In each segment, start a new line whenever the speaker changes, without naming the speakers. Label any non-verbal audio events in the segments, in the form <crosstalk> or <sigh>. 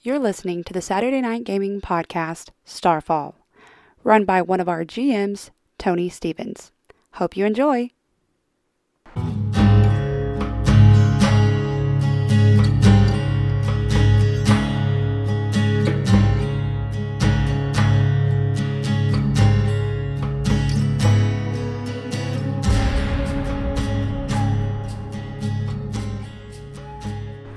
You're listening to the Saturday Night Gaming Podcast, Starfall, run by one of our GMs, Tony Stevens. Hope you enjoy.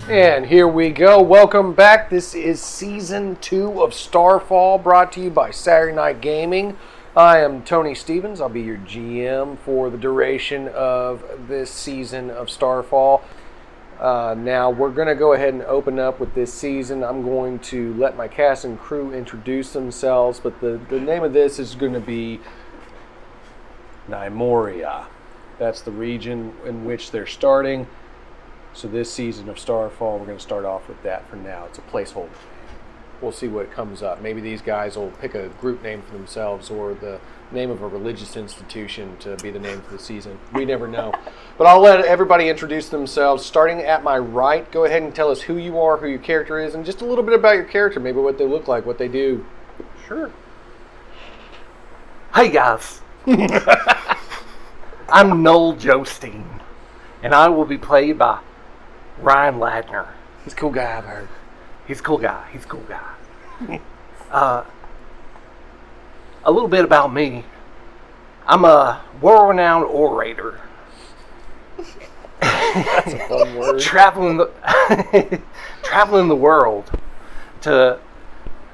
And here we go. Welcome back. This is season two of Starfall, brought to you by Saturday Night Gaming. I am Tony Stevens. I'll be your GM for the duration of this season of Starfall. Uh, now, we're going to go ahead and open up with this season. I'm going to let my cast and crew introduce themselves, but the, the name of this is going to be Nymoria. That's the region in which they're starting. So this season of Starfall, we're going to start off with that for now. It's a placeholder. We'll see what comes up. Maybe these guys will pick a group name for themselves or the name of a religious institution to be the name for the season. We never <laughs> know. but I'll let everybody introduce themselves. Starting at my right, go ahead and tell us who you are, who your character is, and just a little bit about your character. Maybe what they look like, what they do. Sure.
Hey guys, I'm Noel Jostein, and I will be played by Ryan Ladner.
He's a cool guy, I've heard.
He's a cool guy. He's a cool guy. uh, a little bit about me. I'm a world-renowned orator,
That's a fun word.
traveling the <laughs> traveling the world to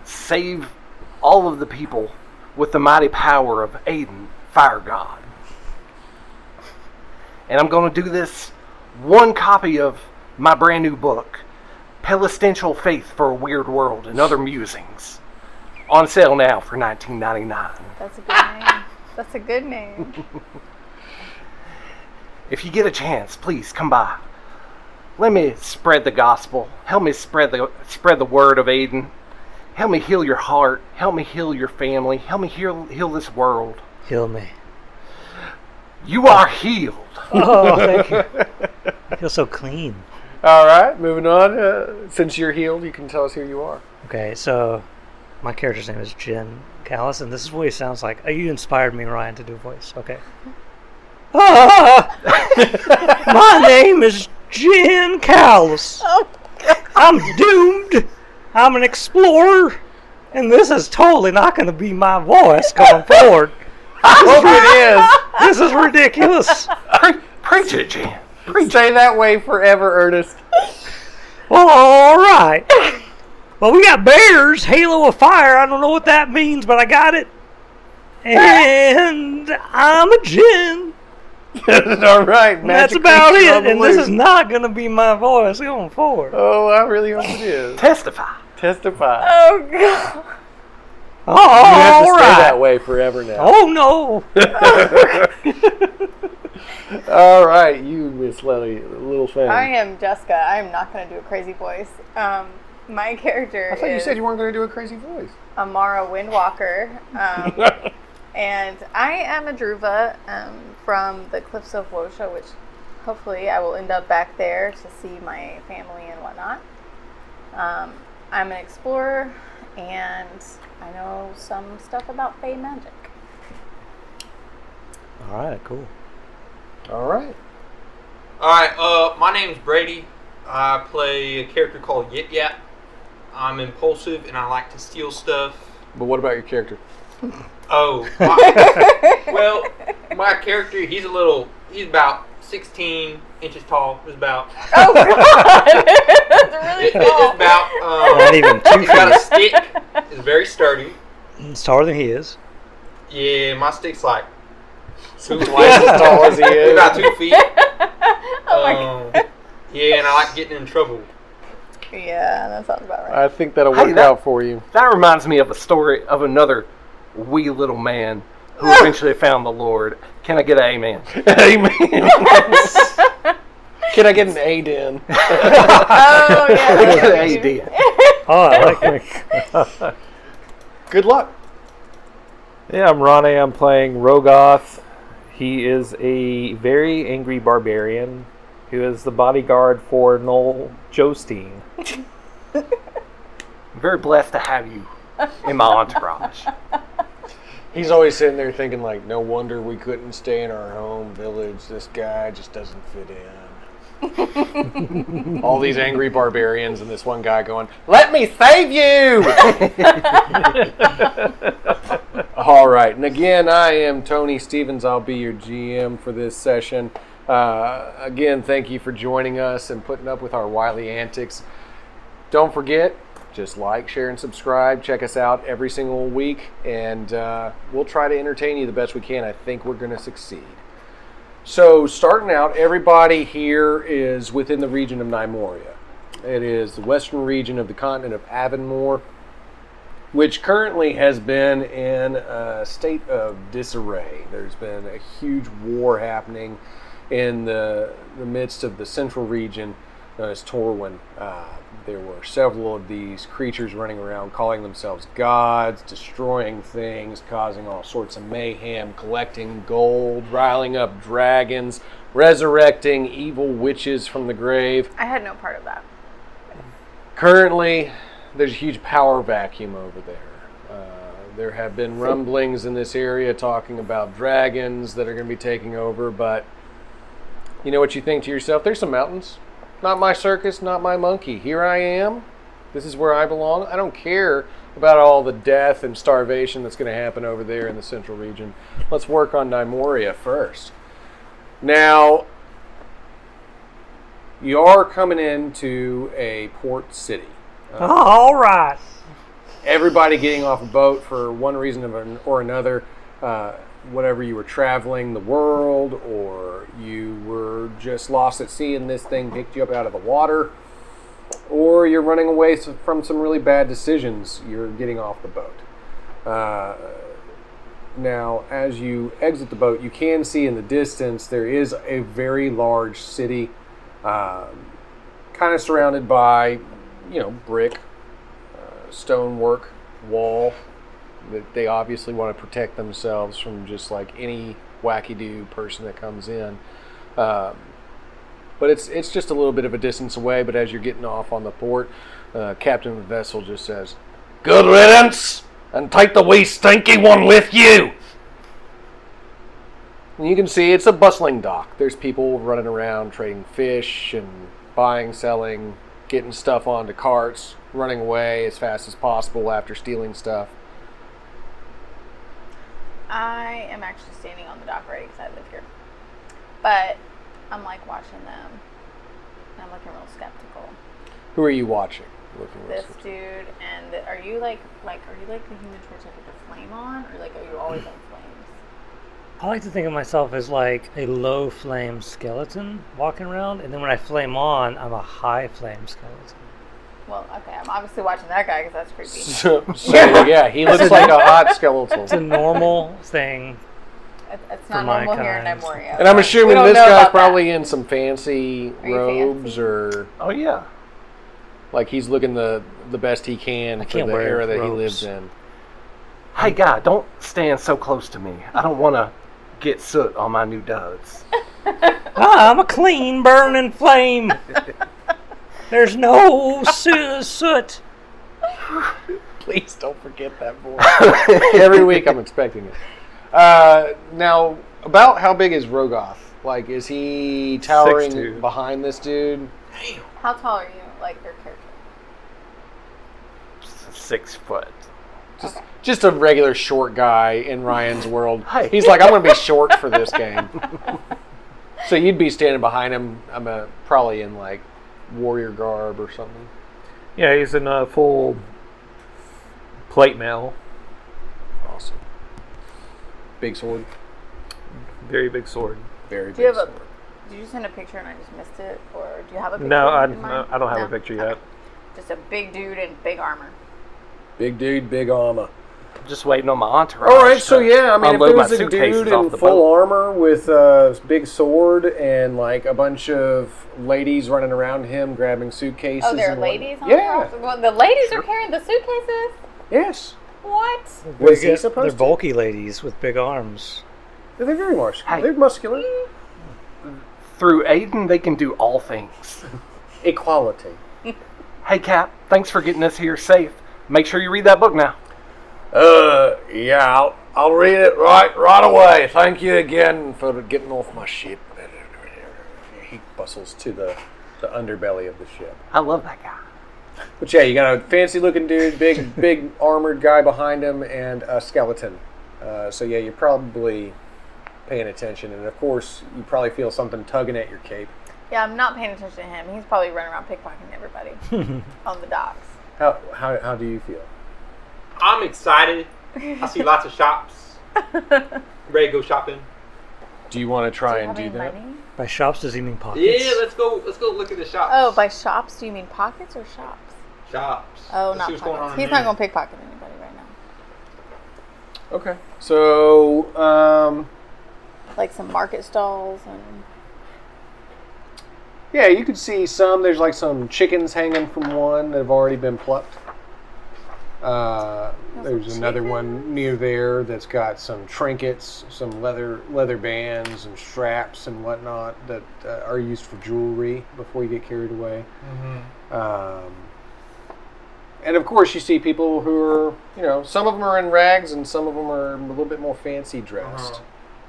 save all of the people with the mighty power of Aiden, Fire God. And I'm going to do this one copy of my brand new book, Pelestential Faith for a Weird World and Other Musings, on sale now for 19.99.
That's a good name. That's a good name. <laughs>
If you get a chance, please come by. Let me spread the gospel. Help me spread the spread the word of Aiden. Help me heal your heart. Help me heal your family. Help me heal heal this world.
Kill me.
You are healed.
<laughs> Oh, thank you. I feel so clean.
<laughs> All right, moving on. Uh, since you're healed, you can tell us who you are.
Okay, so my character's name is Jim Callis, and this is what he sounds like. Oh, you inspired me, Ryan, to do voice. Okay. <laughs> Ah, my name is Jim Callis. I'm doomed. I'm an explorer, and this is totally not going to be my voice going forward.
Hope it is.
This is ridiculous.
Pre- preach it, Jan.
Stay that way forever, Ernest.
All right. Well, we got bears, halo of fire. I don't know what that means, but I got it. And I'm a gin.
<laughs> All right,
That's
magic
about
creature on the
it. And this is
loose.
not going to be my voice going forward.
Oh, I really hope it
<laughs>
is.
Testify.
Testify.
Oh god.
You have to
All
stay that
right.
way forever now.
Oh no. Oh.
All right, you Miss Lily, little thing.
I am Jessica. I am not going to do a crazy voice. Um, my character
I thought you
is
said you weren't going to do a crazy voice.
Amara Windwalker,
<laughs>
um, and I am a Druva um, from the Cliffs of Wosha, which hopefully I will end up back there to see my family and whatnot. Um, I'm an explorer, and I know some stuff about Fey magic.
All right. Cool.
All right.
All right. Uh, my name's Brady. I play a character called Yip Yap. I'm impulsive and I like to steal stuff.
But what about your character?
Oh,
<laughs>
my- well, my character he's a little. He's about 16 inches tall. Is about.
Oh god, that's really
It's
cool.
Not
about. Um,
even <laughs> two
he's got a
feet.
stick. It's very sturdy.
It's taller than he is.
Yeah, my stick's like
<laughs>
two
Twice as
twice
tall as he is.
<laughs> about two feet.
Oh my
um, yeah, and I like getting in trouble.
Yeah, that sounds about right.
I think that'll work
Hey, that-
out for you.
That reminds me of a story of another wee little man who eventually found the Lord. Can I get an amen?
Amen.
<laughs>
Can I get an A din?
<laughs> oh yeah.
Can I
that's
get an
what you do.
AD?
Oh, I like it.
Good luck.
Yeah, I'm Ronnie. I'm playing Rogoth. He is a very angry barbarian who is the bodyguard for Noel Jostein.
I'm very blessed to have you in my entourage.
He's always sitting there thinking, like, no wonder we couldn't stay in our home village. This guy just doesn't fit in. All these angry barbarians and this one guy going, let me save you! <laughs> All right. And again, I am Tony Stevens. I'll be your GM for this session. Uh, again, thank you for joining us and putting up with our wily antics. Don't forget, just like, share, and subscribe. Check us out every single week, and uh, we'll try to entertain you the best we can. I think we're going to succeed. So, starting out, everybody here is within the region of Nymoria. It is the western region of the continent of Avonmore, which currently has been in a state of disarray. There's been a huge war happening in the, the midst of the central region known as Torwin. Uh, there were several of these creatures running around calling themselves gods, destroying things, causing all sorts of mayhem, collecting gold, riling up dragons, resurrecting evil witches from the grave.
I had no part of that.
Currently, there's a huge power vacuum over there. Uh, there have been rumblings in this area talking about dragons that are going to be taking over, but you know what you think to yourself? There's some mountains. Not my circus, not my monkey. Here I am. This is where I belong. I don't care about all the death and starvation that's going to happen over there in the central region. Let's work on Nymoria first. Now, you are coming into a port city.
All right.
everybody getting off a boat for one reason of an- or another, uh, whatever you were traveling the world or you were just lost at sea and this thing picked you up out of the water, or you're running away s- from some really bad decisions, you're getting off the boat. Uh, now, as you exit the boat, you can see in the distance there is a very large city, um, kind of surrounded by, you know, brick stonework wall that they obviously want to protect themselves from just like any wacky do person that comes in. Um, but it's it's just a little bit of a distance away. But as you're getting off on the port, uh, captain of the vessel just says, "Good riddance, and take the wee stinky one with you." And you can see it's a bustling dock. There's people running around trading fish and buying, selling, getting stuff onto carts, running away as fast as possible after stealing stuff.
I am actually standing on the dock already because I live here. But I'm like watching them. And I'm looking real skeptical.
Who are you watching? Looking
This
at-
dude and the, are you like like are you like the human torch like with the flame on or like are you always on flames?
I like to think of myself as like a low flame skeleton walking around, and then when I flame on, I'm a high flame skeleton.
Well, okay, I'm obviously watching that guy because
<laughs>
that's creepy.
<laughs> So, so, yeah, he looks like a
<laughs>
hot
It's a
skeletal.
normal thing.
It- It's not
For my
normal here in
kind.
Memoria.
And I'm
We
assuming
don't
this
know
guy's
about that.
probably in some fancy
Are you
robes
fancy?
or
Oh yeah.
like he's looking the the best he can for
can't
the
wear
era that he
robes.
lives
<laughs>
in.
Hey guy, don't stand so close to me. I don't want to get soot on my new duds.
I'm a clean burning <laughs> flame. There's no su- soot.
Please don't forget that voice. Every week I'm expecting it. Uh, now, about how big is Rogoth? Like, is he towering
6'2".
behind this dude?
How tall are you? Like your character?
Six foot.
Just, just a regular short guy in Ryan's world.
<laughs> Hi.
He's like, I'm going to be short for this
<laughs>
game. so you'd be standing behind him. I'm a, probably in like warrior garb or something.
Yeah, he's in a full plate mail,
Awesome. Big sword.
very big sword.
Very big
Do you have
sword.
a? Did you send a picture and I just missed it, or do you have a picture?
No, I,
in mind?
I don't have
No?
a picture
Okay.
yet.
Just a big dude in big armor.
Big dude, big armor.
Just waiting on my entourage.
All right, so
to
yeah, I mean, if
unload
there
my
was a
suitcases
dude
off
in
the
full
boat.
armor with a big sword and like a bunch of ladies running around him grabbing suitcases.
Oh, there are
and what-
ladies. On
yeah.
The well, the ladies are carrying the suitcases.
Yes.
What?
Was he
They're-
supposed
They're bulky ladies with big arms.
to? They're very muscular.
Hey.
They're muscular.
Through Aiden, they can do all things.
Equality.
Hey Cap, thanks for getting us here safe. Make sure you read that book now.
Uh, yeah, I'll, I'll read it right right away. Thank you again for getting off my ship. He bustles to the, the underbelly of the ship.
I love that guy.
But yeah, you got a fancy looking dude, big big armored guy behind him, and a skeleton. Uh, so yeah, you're probably paying attention, and of course you probably feel something tugging at your cape.
Yeah, I'm not paying attention to him. He's probably running around pickpocketing
<laughs>
everybody on the docks.
How how, how do you feel?
I'm excited. I see lots of
<laughs>
shops. Ready to go shopping?
Do you want to try and do
Having
that?
money?
By shops, does he mean pockets?
Yeah, let's go. Let's go look at the shops.
Oh, by shops, do you mean pockets or shops?
shops.
Oh,
Let's see
not
what's going on
pockets.
in
He's not
there.
going to pickpocket anybody right now.
Okay. So um,
Like some market stalls and.
yeah, you could see some. There's like some chickens hanging from one that have already been plucked. Uh, there's another one near there that's got some trinkets, some leather leather bands and straps and whatnot that uh, are used for jewelry before you get carried away. Um, and of course, you see people who are, you know, some of them are in rags and some of them are a little bit more fancy dressed
Uh-huh.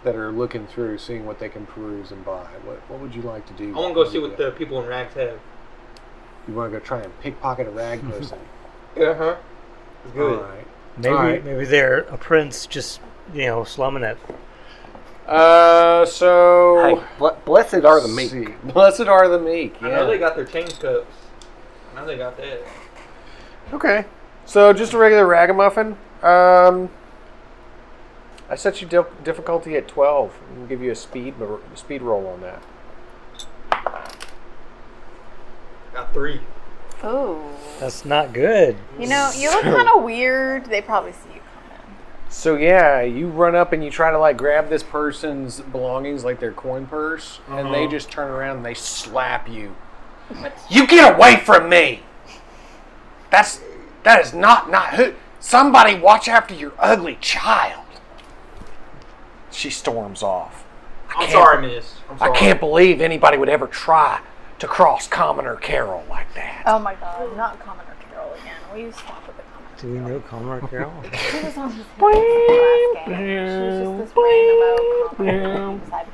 that are looking through, seeing what they can peruse and buy. What, what would you like to do?
I want to go see what the people in rags have.
You want to go try and pickpocket a
<laughs>
rag person?
Uh huh. It's
All
good.
right.
Maybe
Alright.
maybe they're a prince just you know slumming it.
Uh, so.
Hey, bl- blessed are the meek.
See. Blessed are the meek.
I know they
Yeah.
got their change cups. I know they got that.
Okay. So just a regular ragamuffin. Um, I set you dif- difficulty at twelve. I'm gonna give you a speed speed roll on that.
Got three.
Ooh.
That's not good.
You know, you look kind of weird. They probably see you coming.
So yeah, you run up and you try to like grab this person's belongings, like their coin purse, and
Uh-huh.
they just turn around and they slap you. You get away from me! That's that is not not who. Somebody watch after your ugly child. She storms off.
I'm
can't-
sorry, miss. I'm
I
sorry.
can't believe anybody would ever try to cross Commoner Carol like that.
Oh my god, not Commoner Carol again. Will you stop with the Commoner
Do we know
<laughs>
Comrade Carol?
She was on his hip last game. She was just this random old Commoner.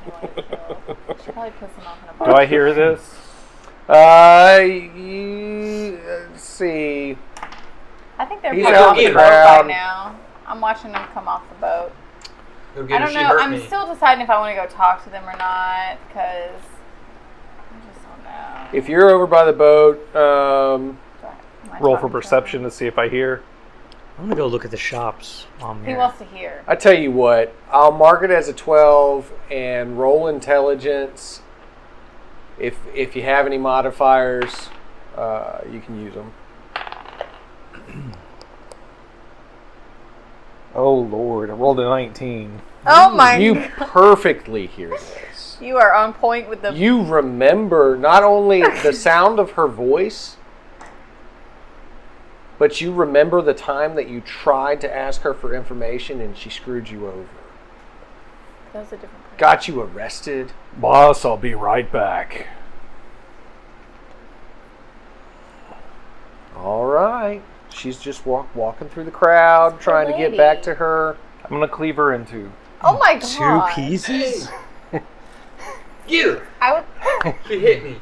She probably pissed him off in a bar.
Do I hear this?
Uh, you, let's see.
I think they're
He's
probably
out
off
in
the
the
boat by
crowd.
now. I'm watching them come off the boat.
Go get
I
her,
don't
she
know.
hurt
I'm
me.
still deciding if I want to go talk to them or not because I just don't know.
If you're over by the boat, um,
Do I- am I talking
Roll for
to them?
perception to see if I hear.
I'm gonna go look at the shops on
He
here.
wants to hear.
I tell you what, I'll mark it as a twelve and roll intelligence. If if you have any modifiers, uh, you can use them.
Oh lord, I rolled a 19.
Oh my!
You
You,
perfectly hear this.
you are on point with the.
You remember not only the sound of her voice, but you remember the time that you tried to ask her for information and she screwed you over.
that was a different.
Got you arrested.
Boss, I'll be right back.
All right. She's just walk, walking through the crowd, trying to get back to her.
I'm gonna cleave her in two.
Oh my
Two
god!
pieces.
Get her.
I would. <laughs>
She hit me.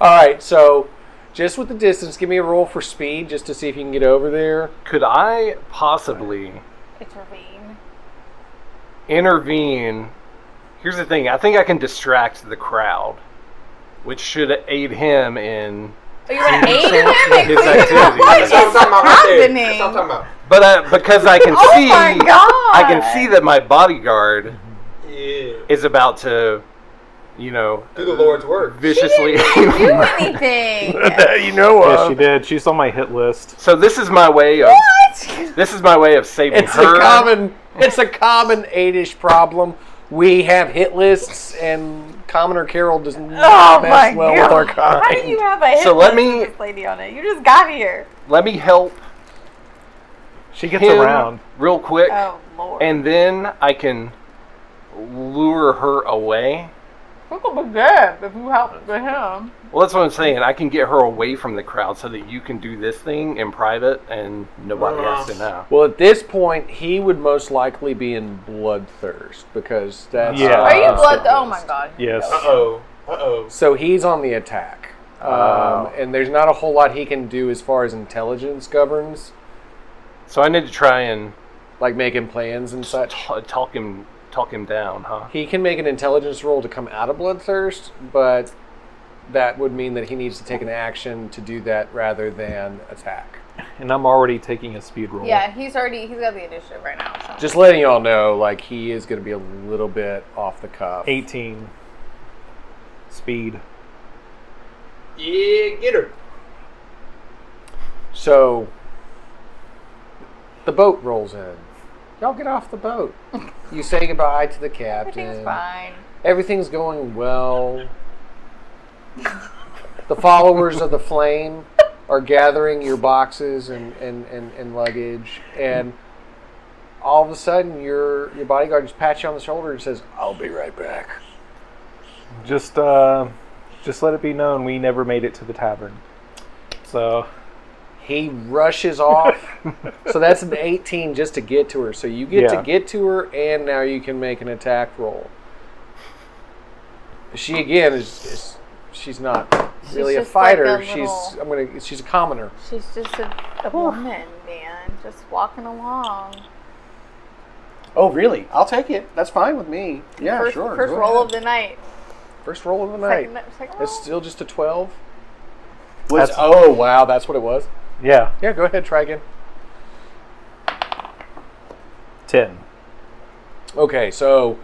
All right, so just with the distance, give me a roll for speed just to see if you can get over there.
Could I possibly
It's ravine.
intervene? Here's the thing. I think I can distract the crowd, which should aid him in
Are Oh, you gonna aid him? and
his
clean it up?
activities.
What is
That's what I'm talking about right there.
happening?
That's what I'm talking about.
But uh, because I can
<laughs> Oh
see,
my god!
I can see that my bodyguard
Yeah.
is about to, you know,
Do the Lord's work.
viciously. <laughs>
do anything.
you know uh,
Yes, she did. She's on my hit list.
so this is my way of
what?
this is my way of saving
It's
her.
a common it's a common eight-ish problem. We have hit lists and Commoner Carol does not
Oh my
mess well with our kind.
How do you have a hit
So let
list
me-
with this lady on it? You just got here.
Let me help
She gets
him
around.
real quick,
Oh lord.
and then I can lure her away.
Look at the dead if you help with him.
Well, that's what I'm saying. I can get her away from the crowd so that you can do this thing in private and nobody has to know.
Well, at this point, he would most likely be in bloodthirst because that's
Yeah.
Are you
that's
blood?
the
Oh my
list.
god.
Yes.
Uh oh. Uh oh.
So he's on the attack, um, and there's not a whole lot he can do as far as intelligence governs,
So I need to try and
like making plans and such.
t- talk him talk him down, huh?
He can make an intelligence roll to come out of bloodthirst, but that would mean that he needs to take an action to do that rather than attack.
And I'm already taking a speed roll.
Yeah, he's already he's got the initiative right now. So.
Just letting y'all know, like he is going to be a little bit off the cuff.
18. Speed.
Yeah, get her.
So the boat rolls in. Y'all get off
<laughs>
the boat. You say goodbye to the captain.
Everything's fine.
Everything's going well. the followers of the flame are gathering your boxes and, and, and, and luggage and all of a sudden your your bodyguard just pats you on the shoulder and says, I'll be right back.
Just uh just let it be known we never made it to the tavern. So
He rushes off. so that's an 18 just to get to her. So you get
Yeah.
to get to her, and now you can make an attack roll. She again is, is she's not really a
just like
fighter.
a
she's
little-
I'm gonna she's a commoner.
She's just a, a woman, man, just walking along.
Oh really? I'll take it. That's fine with me. Yeah,
first,
sure.
First
go
roll
ahead.
of the night.
first roll of the night.
Second, second roll.
It's still just a 12. Was,
That's-
oh wow, that's what it was.
yeah,
Yeah, go ahead, try again.
10.
Okay, so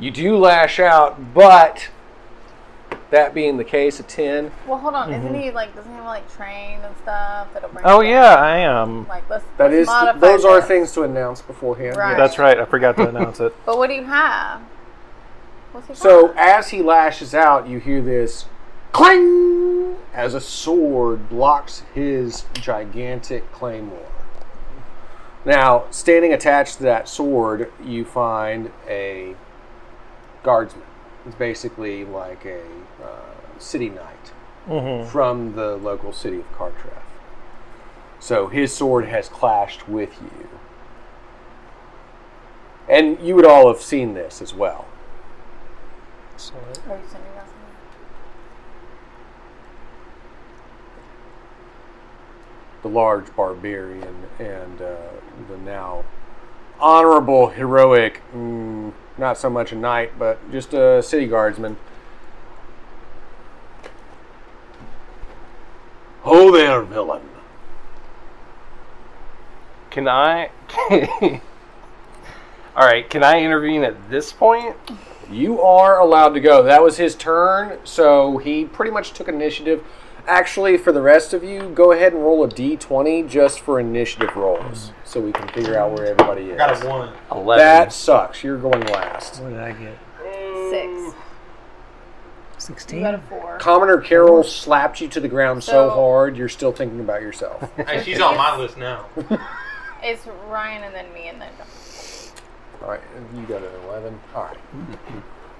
you do lash out, but that being the case, a 10.
well, hold on. Isn't he like? Doesn't he have like train and stuff that'll bring?
Oh
him
yeah, I am.
Like let's.
That
let's
is,
modify
those are
this.
things to announce beforehand.
Right.
That's right. I forgot to announce it.
But what do you have? What's he
So
got?
as he lashes out, you hear this clang as a sword blocks his gigantic claymore. Now, standing attached to that sword, you find a guardsman. It's basically like a uh, city knight from the local city of Kartraf. So his sword has clashed with you. And you would all have seen this as well.
Are you sending us something?
the large barbarian and uh, the now honorable, heroic, mm, not so much a knight, but just a city guardsman. Ho there, villain.
<laughs> Can I? <laughs> All right. Can I intervene at this point?
You are allowed to go. That was his turn, so he pretty much took initiative. Actually, for the rest of you, go ahead and roll a d20 just for initiative rolls so we can figure out where everybody is.
I got a one.
Eleven.
That sucks. You're going last.
What did I get?
Six. You got a
16?
four.
Commoner Carol slapped you to the ground so,
So-
hard you're still thinking about yourself.
Hey, she's on my list now.
It's Ryan and then me and then.
All right, you got an 11. All right.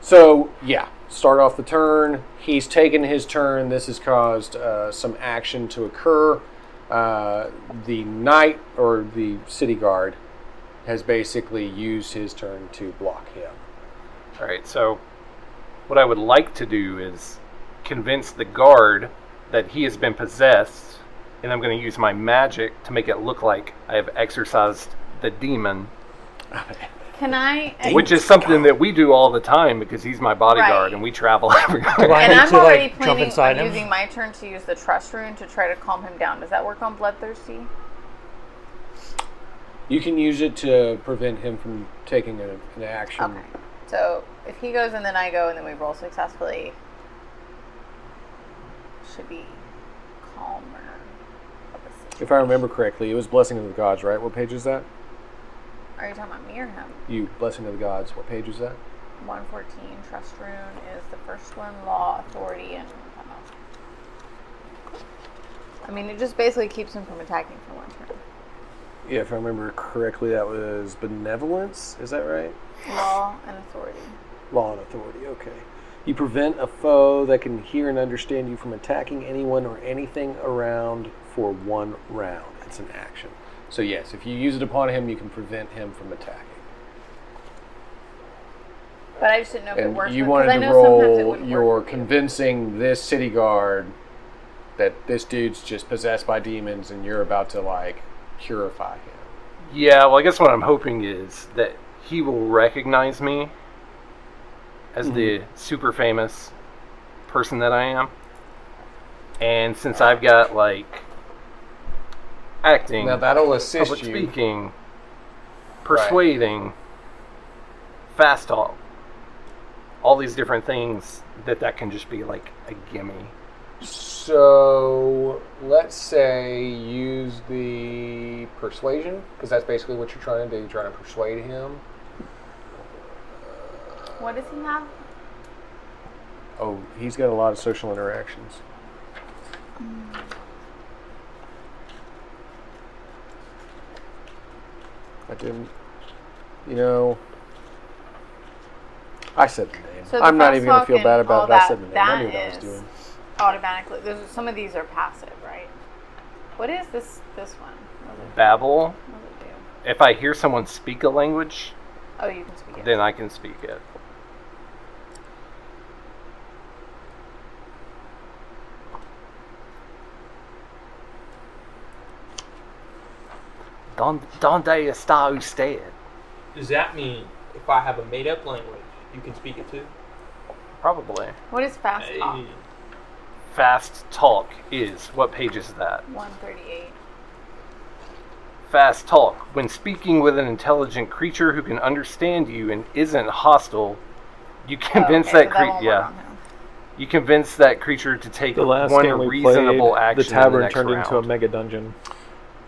So, yeah, start off the turn. He's taken his turn. This has caused uh, some action to occur. Uh, the knight or the city guard has basically used his turn to block him.
All right. So, what I would like to do is convince the guard that he has been possessed, and I'm going to use my magic to make it look like I have exorcised the demon,
Can I? And,
which is something that we do all the time because he's my bodyguard
Right.
and we travel <laughs> everywhere.
Right. I
and
need
I'm
to, like,
already
jump
planning
inside
on
him?
using my turn to use the trust rune to try to calm him down. Does that work on bloodthirsty?
You can use it to prevent him from taking a, an action.
Okay. So if he goes and then I go and then we roll successfully, should be calmer. of a situation.
If I remember correctly, it was Blessing of the Gods, right? What page is that?
Are you talking about me or him?
You, Blessing of the Gods, what page is that?
114 trust rune is the first one law authority and uh, I mean it just basically keeps him from attacking for one turn
Yeah, if I remember correctly, that was benevolence. Is that right?
law and authority
Law and authority. Okay. You prevent a foe that can hear and understand you from attacking anyone or anything around for one round. It's an action. So, yes, if you use it upon him, you can prevent him from attacking.
But I just didn't know if it worked.
And you
with- 'cause
wanted
I
to
know sometimes it
roll
wouldn't
your
work with you.
convincing this city guard that this dude's just possessed by demons and you're about to, like, purify him.
Yeah, well, I guess what I'm hoping is that he will recognize me as the super famous person that I am. And since I've got, like, acting,
Now, that'll assist
public
you.
speaking, persuading, fast talk, all these different things, that that can just be, like, a gimme.
So let's say use the persuasion because that's basically what you're trying to do. You're trying to persuade him.
What does he have?
Oh, he's got a lot of social interactions. I didn't. You know, I said the name.
So the
I'm not
fast
even gonna
talk
feel
and
bad
all
about it. I
that-
said the name.
that
I knew what I was
is-
doing.
Automatically, there's, some of these are passive, right? What is this? This one? What does it,
Babble.
what does it do?
If I hear someone speak a language,
Oh, you can speak it.
then I can speak it. Don, donde está usted?
Does that mean if I have a made up language, you can speak it too? Ah.
Probably.
what is fast talk?
Hey.
Fast talk is. What page is that?
138.
Fast talk. When speaking with an intelligent creature who can understand you and isn't hostile, you convince
Oh, okay,
that
so that
creature.
won't work
Yeah.
on him.
You convince that creature to take
The last
one
game we played,
reasonable action.
the
in
tavern
next
turned into a
round.
mega dungeon.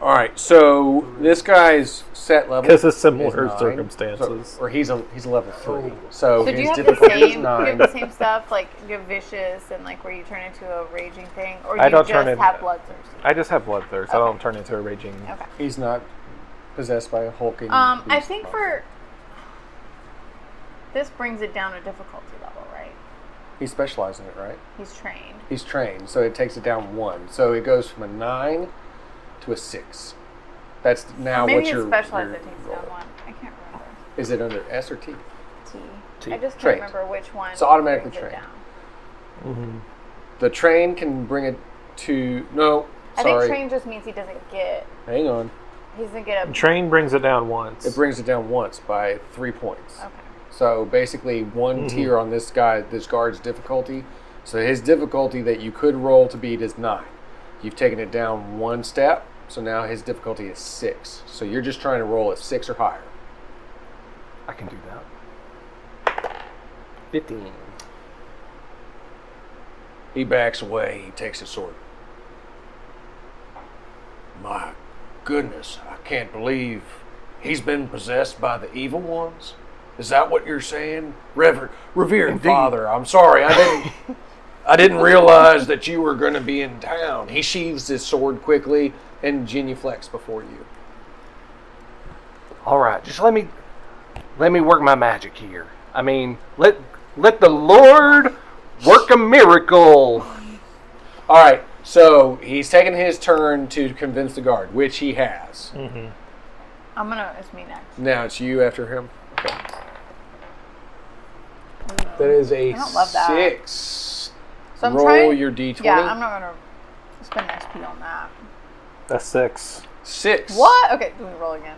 All right, so this guy's set level
'Cause of similar
is nine.
circumstances.
So- or he's a he's a level three.
So
So,
do you
his
have the
difficulty is
same? Do you
nine.
have the same stuff like you have vicious and like where you turn into a raging thing, or do
I
you
don't
just
turn in-
have bloodthirsty?
I just have bloodthirst. I
Okay.
don't turn into a raging.
Okay.
He's not possessed by a hulking.
Um, I
beast.
think for this brings it down to difficulty level, right?
he specialized in it, right?
He's trained.
He's trained, so it takes it down one. So it goes from a nine to a six. That's now
Maybe
what
it's
your
specialized
your
that takes
roll.
down one. I can't remember.
Is it under S or T?
T.
T.
I just can't
Trained.
remember which one.
So automatically
brings it
trained.
down.
The train can bring it to no.
I
Sorry,
think trained just means he doesn't get.
hang on.
He doesn't get a.
Train brings it down once.
It brings it down once by three points.
okay.
So basically, one tier on this guy, this guard's difficulty. So his difficulty that you could roll to beat is nine. You've taken it down one step, so now his difficulty is six. So you're just trying to roll a six or higher.
I can do that. 15.
He backs away. He takes his sword. My goodness, I can't believe he's been possessed by the evil ones. Is that what you're saying, Reverend, revered Father? I'm sorry, I didn't. I didn't realize that you were going to be in town. He sheathes his sword quickly and genuflects before you.
All right, just let me let me work my magic here. I mean, let let the Lord work a miracle.
All right, so he's taking his turn to convince the guard, which he has.
I'm gonna. It's me next.
Now it's you after him. Okay. That is a
I don't love that.
six.
So I'm
Roll
trying.
your d20.
yeah, I'm not gonna spend XP on that.
That's six.
Six.
What? Okay, do we roll again?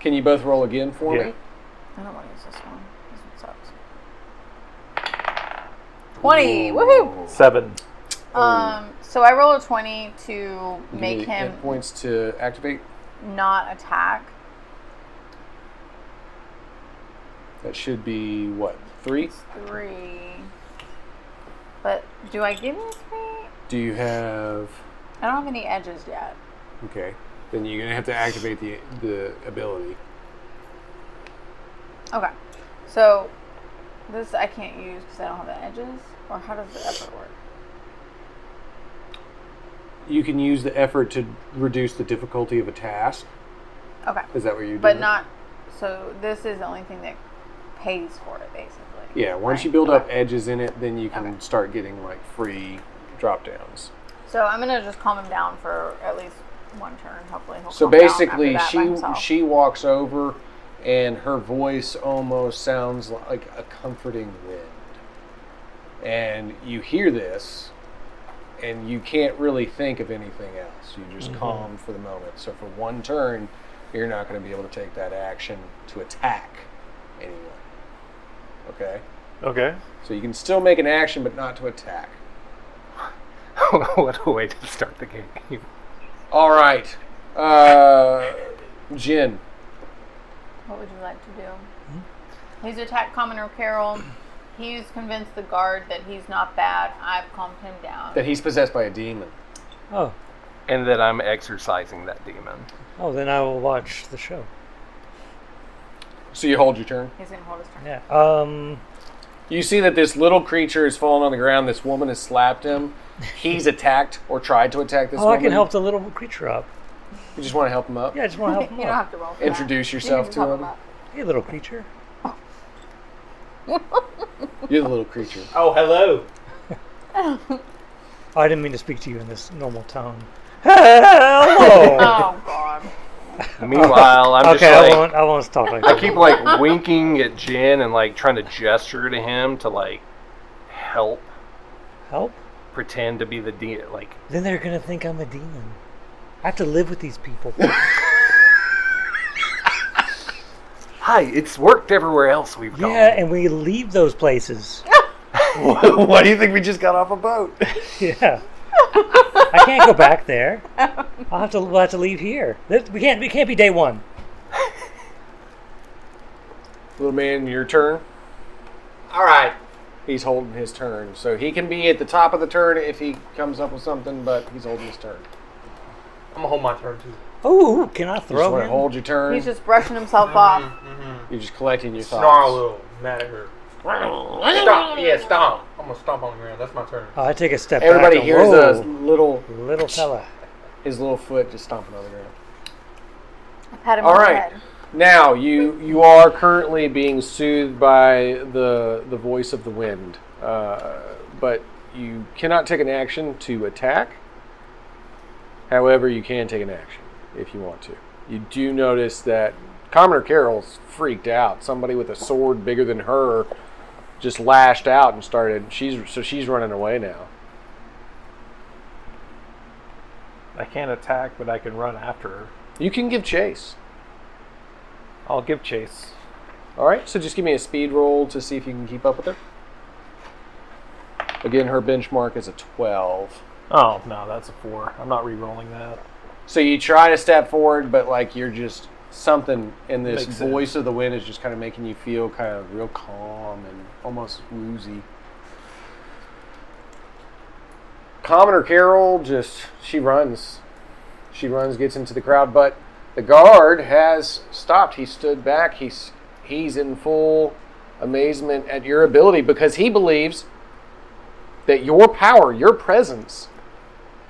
Can you both roll again for
Yeah.
me?
I don't want to use this one. This one sucks. Twenty. Woohoo!
Seven.
Um, so I roll a twenty to
You
make
need
him
hit points to activate.
not attack.
That should be what three?
Three. But do I give him a three?
Do you have?
I don't have any edges yet.
Okay. Then you're gonna have to activate the the ability.
Okay. So this I can't use because I don't have the edges. Or how does the effort work?
You can use the effort to reduce the difficulty of a task.
Okay.
Is that what you're doing?
But not. So this is the only thing that pays for it, basically.
Yeah, once you build up edges in it, then you can start getting like free drop downs.
So I'm gonna just calm him down for at least one turn. Hopefully, he'll
So
calm down
basically,
after that by
she
himself.
she walks over, and her voice almost sounds like a comforting wind. And you hear this, and you can't really think of anything else. You're just calm for the moment. So for one turn, you're not going to be able to take that action to attack anyone. Okay.
Okay.
So you can still make an action, but not to attack.
<laughs> what a way to start the game.
All right, uh, Jin.
What would you like to do?
Hmm?
He's attacked Commoner Carol. He's convinced the guard that he's not bad. I've calmed him down.
That he's possessed by a demon.
Oh,
And that I'm exercising that
<laughs>
demon.
oh, then I will watch the show.
So you hold your turn.
He's gonna hold his turn.
Yeah. Um.
You see that this little creature is fallen on the ground. This woman has slapped him. He's attacked or tried to attack this
Oh,
woman.
I can help the little creature up.
You just want to help him up.
Yeah, I just want to help him
You don't
up.
have to roll. For
Introduce
that. You
yourself
can
to
just
him.
help
Hey, little creature.
You're the little creature.
Oh, hello.
Oh, I didn't mean to speak to you in this normal tone. <laughs> Hello.
Oh God.
Meanwhile, I'm
okay,
just
I
like
won't. I won't talk like
I
that.
keep like winking at Jen and like trying to gesture to him to like help
Help.
pretend to be the de- like
Then they're gonna think I'm a demon. I have to live with these
<laughs>
people.
hi it's worked everywhere else we've gone
yeah, and we leave those places. <laughs>
<laughs>
Why do you think we just got off a boat?
Yeah. I can't go back there. I'll have to. We'll have to leave here. This- We can't. We can't be day one.
little man, your turn.
All right.
He's holding his turn, so he can be at the top of the turn if he comes up with something. But he's holding his turn.
I'm gonna hold my turn too.
Oh, can I
You just
throw
want
him?
to hold your turn.
He's just brushing himself off.
Mm-hmm.
You're just collecting your
Snarl a
thoughts.
little. Mad at her. Stomp. Yeah, stomp. I'm gonna stomp on the ground. That's my turn.
Oh, I take a step
Everybody
back. and-
hears a
Whoa,
little
little fella.
his little foot just stomping on the ground.
I pat him
All
on the
right.
head.
Now you you are currently being soothed by the the voice of the wind, uh, but you cannot take an action to attack. However, you can take an action if you want to. You do notice that Commoner Carol's freaked out. Somebody with a sword bigger than her just lashed out and started. She's so she's running away now.
I can't attack, but I can run after her.
You can give chase.
I'll give chase.
All right, so just give me a speed roll to see if you can keep up with her. Again, her benchmark is a 12.
Oh no, that's a four. I'm not re-rolling that.
So you try to step forward, but like you're just something in this
Makes sense.
voice of the wind is just kind of making you feel kind of real calm and almost woozy. Commoner Carol just she runs. She runs, gets into the crowd, but the guard has stopped. He stood back. He's he's in full amazement at your ability because he believes that your power, your presence,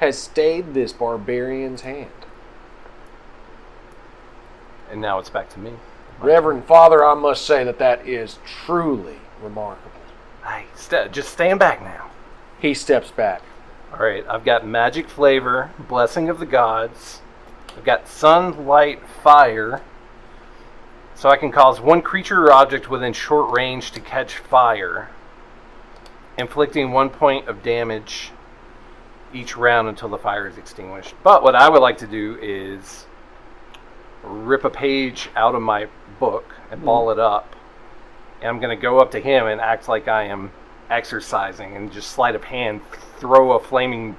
has stayed this barbarian's hand.
and now it's back to me
Reverend Father, I must say that that is truly remarkable.
hey st- just stand back now
He steps back.
all right I've got magic flavor blessing of the gods I've got sunlight fire so I can cause one creature or object within short range to catch fire inflicting one point of damage each round until the fire is extinguished but what I would like to do is rip a page out of my book
Hmm.
and ball it up. And I'm going to go up to him and act like I am exercising and just sleight of hand throw a flaming,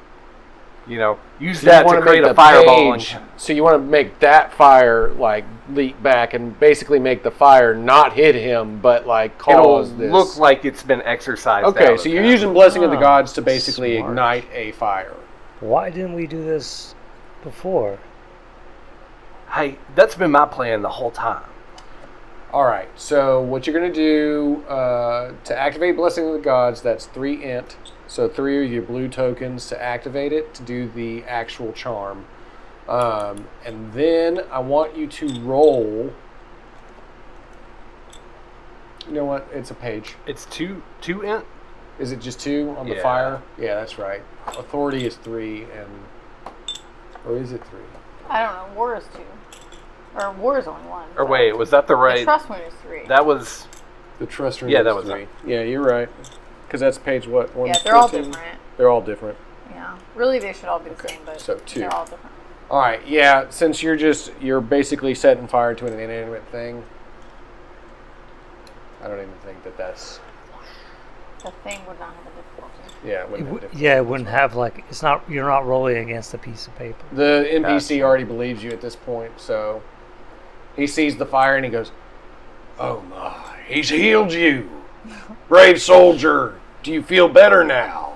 you know, use
So you
that to
wanna
create
make
a
the
fireball.
page-
and-
so you want to make that fire like leap back and basically make the fire not hit him, but like
It'll
cause this.
look like it's been exercised. out
okay,
of
so you're
him.
using blessing of the
Ah,
gods to basically
smart.
ignite a fire.
Why didn't we do this before?
Hey, that's been my plan the whole time.
All right. So what you're gonna do uh, to activate Blessing of the Gods? That's three int. So three of your blue tokens to activate it to do the actual charm, um, and then I want you to roll You know what? It's a page.
It's two two int.
Is it just two on the
Yeah.
fire? Yeah, that's right. Authority is three, and or is it three?
I don't know. War is two, or war is only one.
Or wait, was that the
The
right?
trust wound is three.
That was
The trust room.
Yeah,
is
that was
three. Yeah, you're right. Because that's page what? One
yeah, they're all
14?
different.
They're all different.
Yeah, really, they should all be the same, but
so two.
they're all different.
All right. Yeah. Since you're just you're basically setting fire to an inanimate thing. I don't even think that that's
The thing would not have a difficulty.
yeah. It
It
wouldn't have
w-
different.
yeah, it wouldn't have like it's not. You're not rolling against a piece of paper.
The NPC
Gotcha.
already believes you at this point, so he sees the fire and he goes, "Oh my, he's healed you, brave soldier. Do you feel better now?"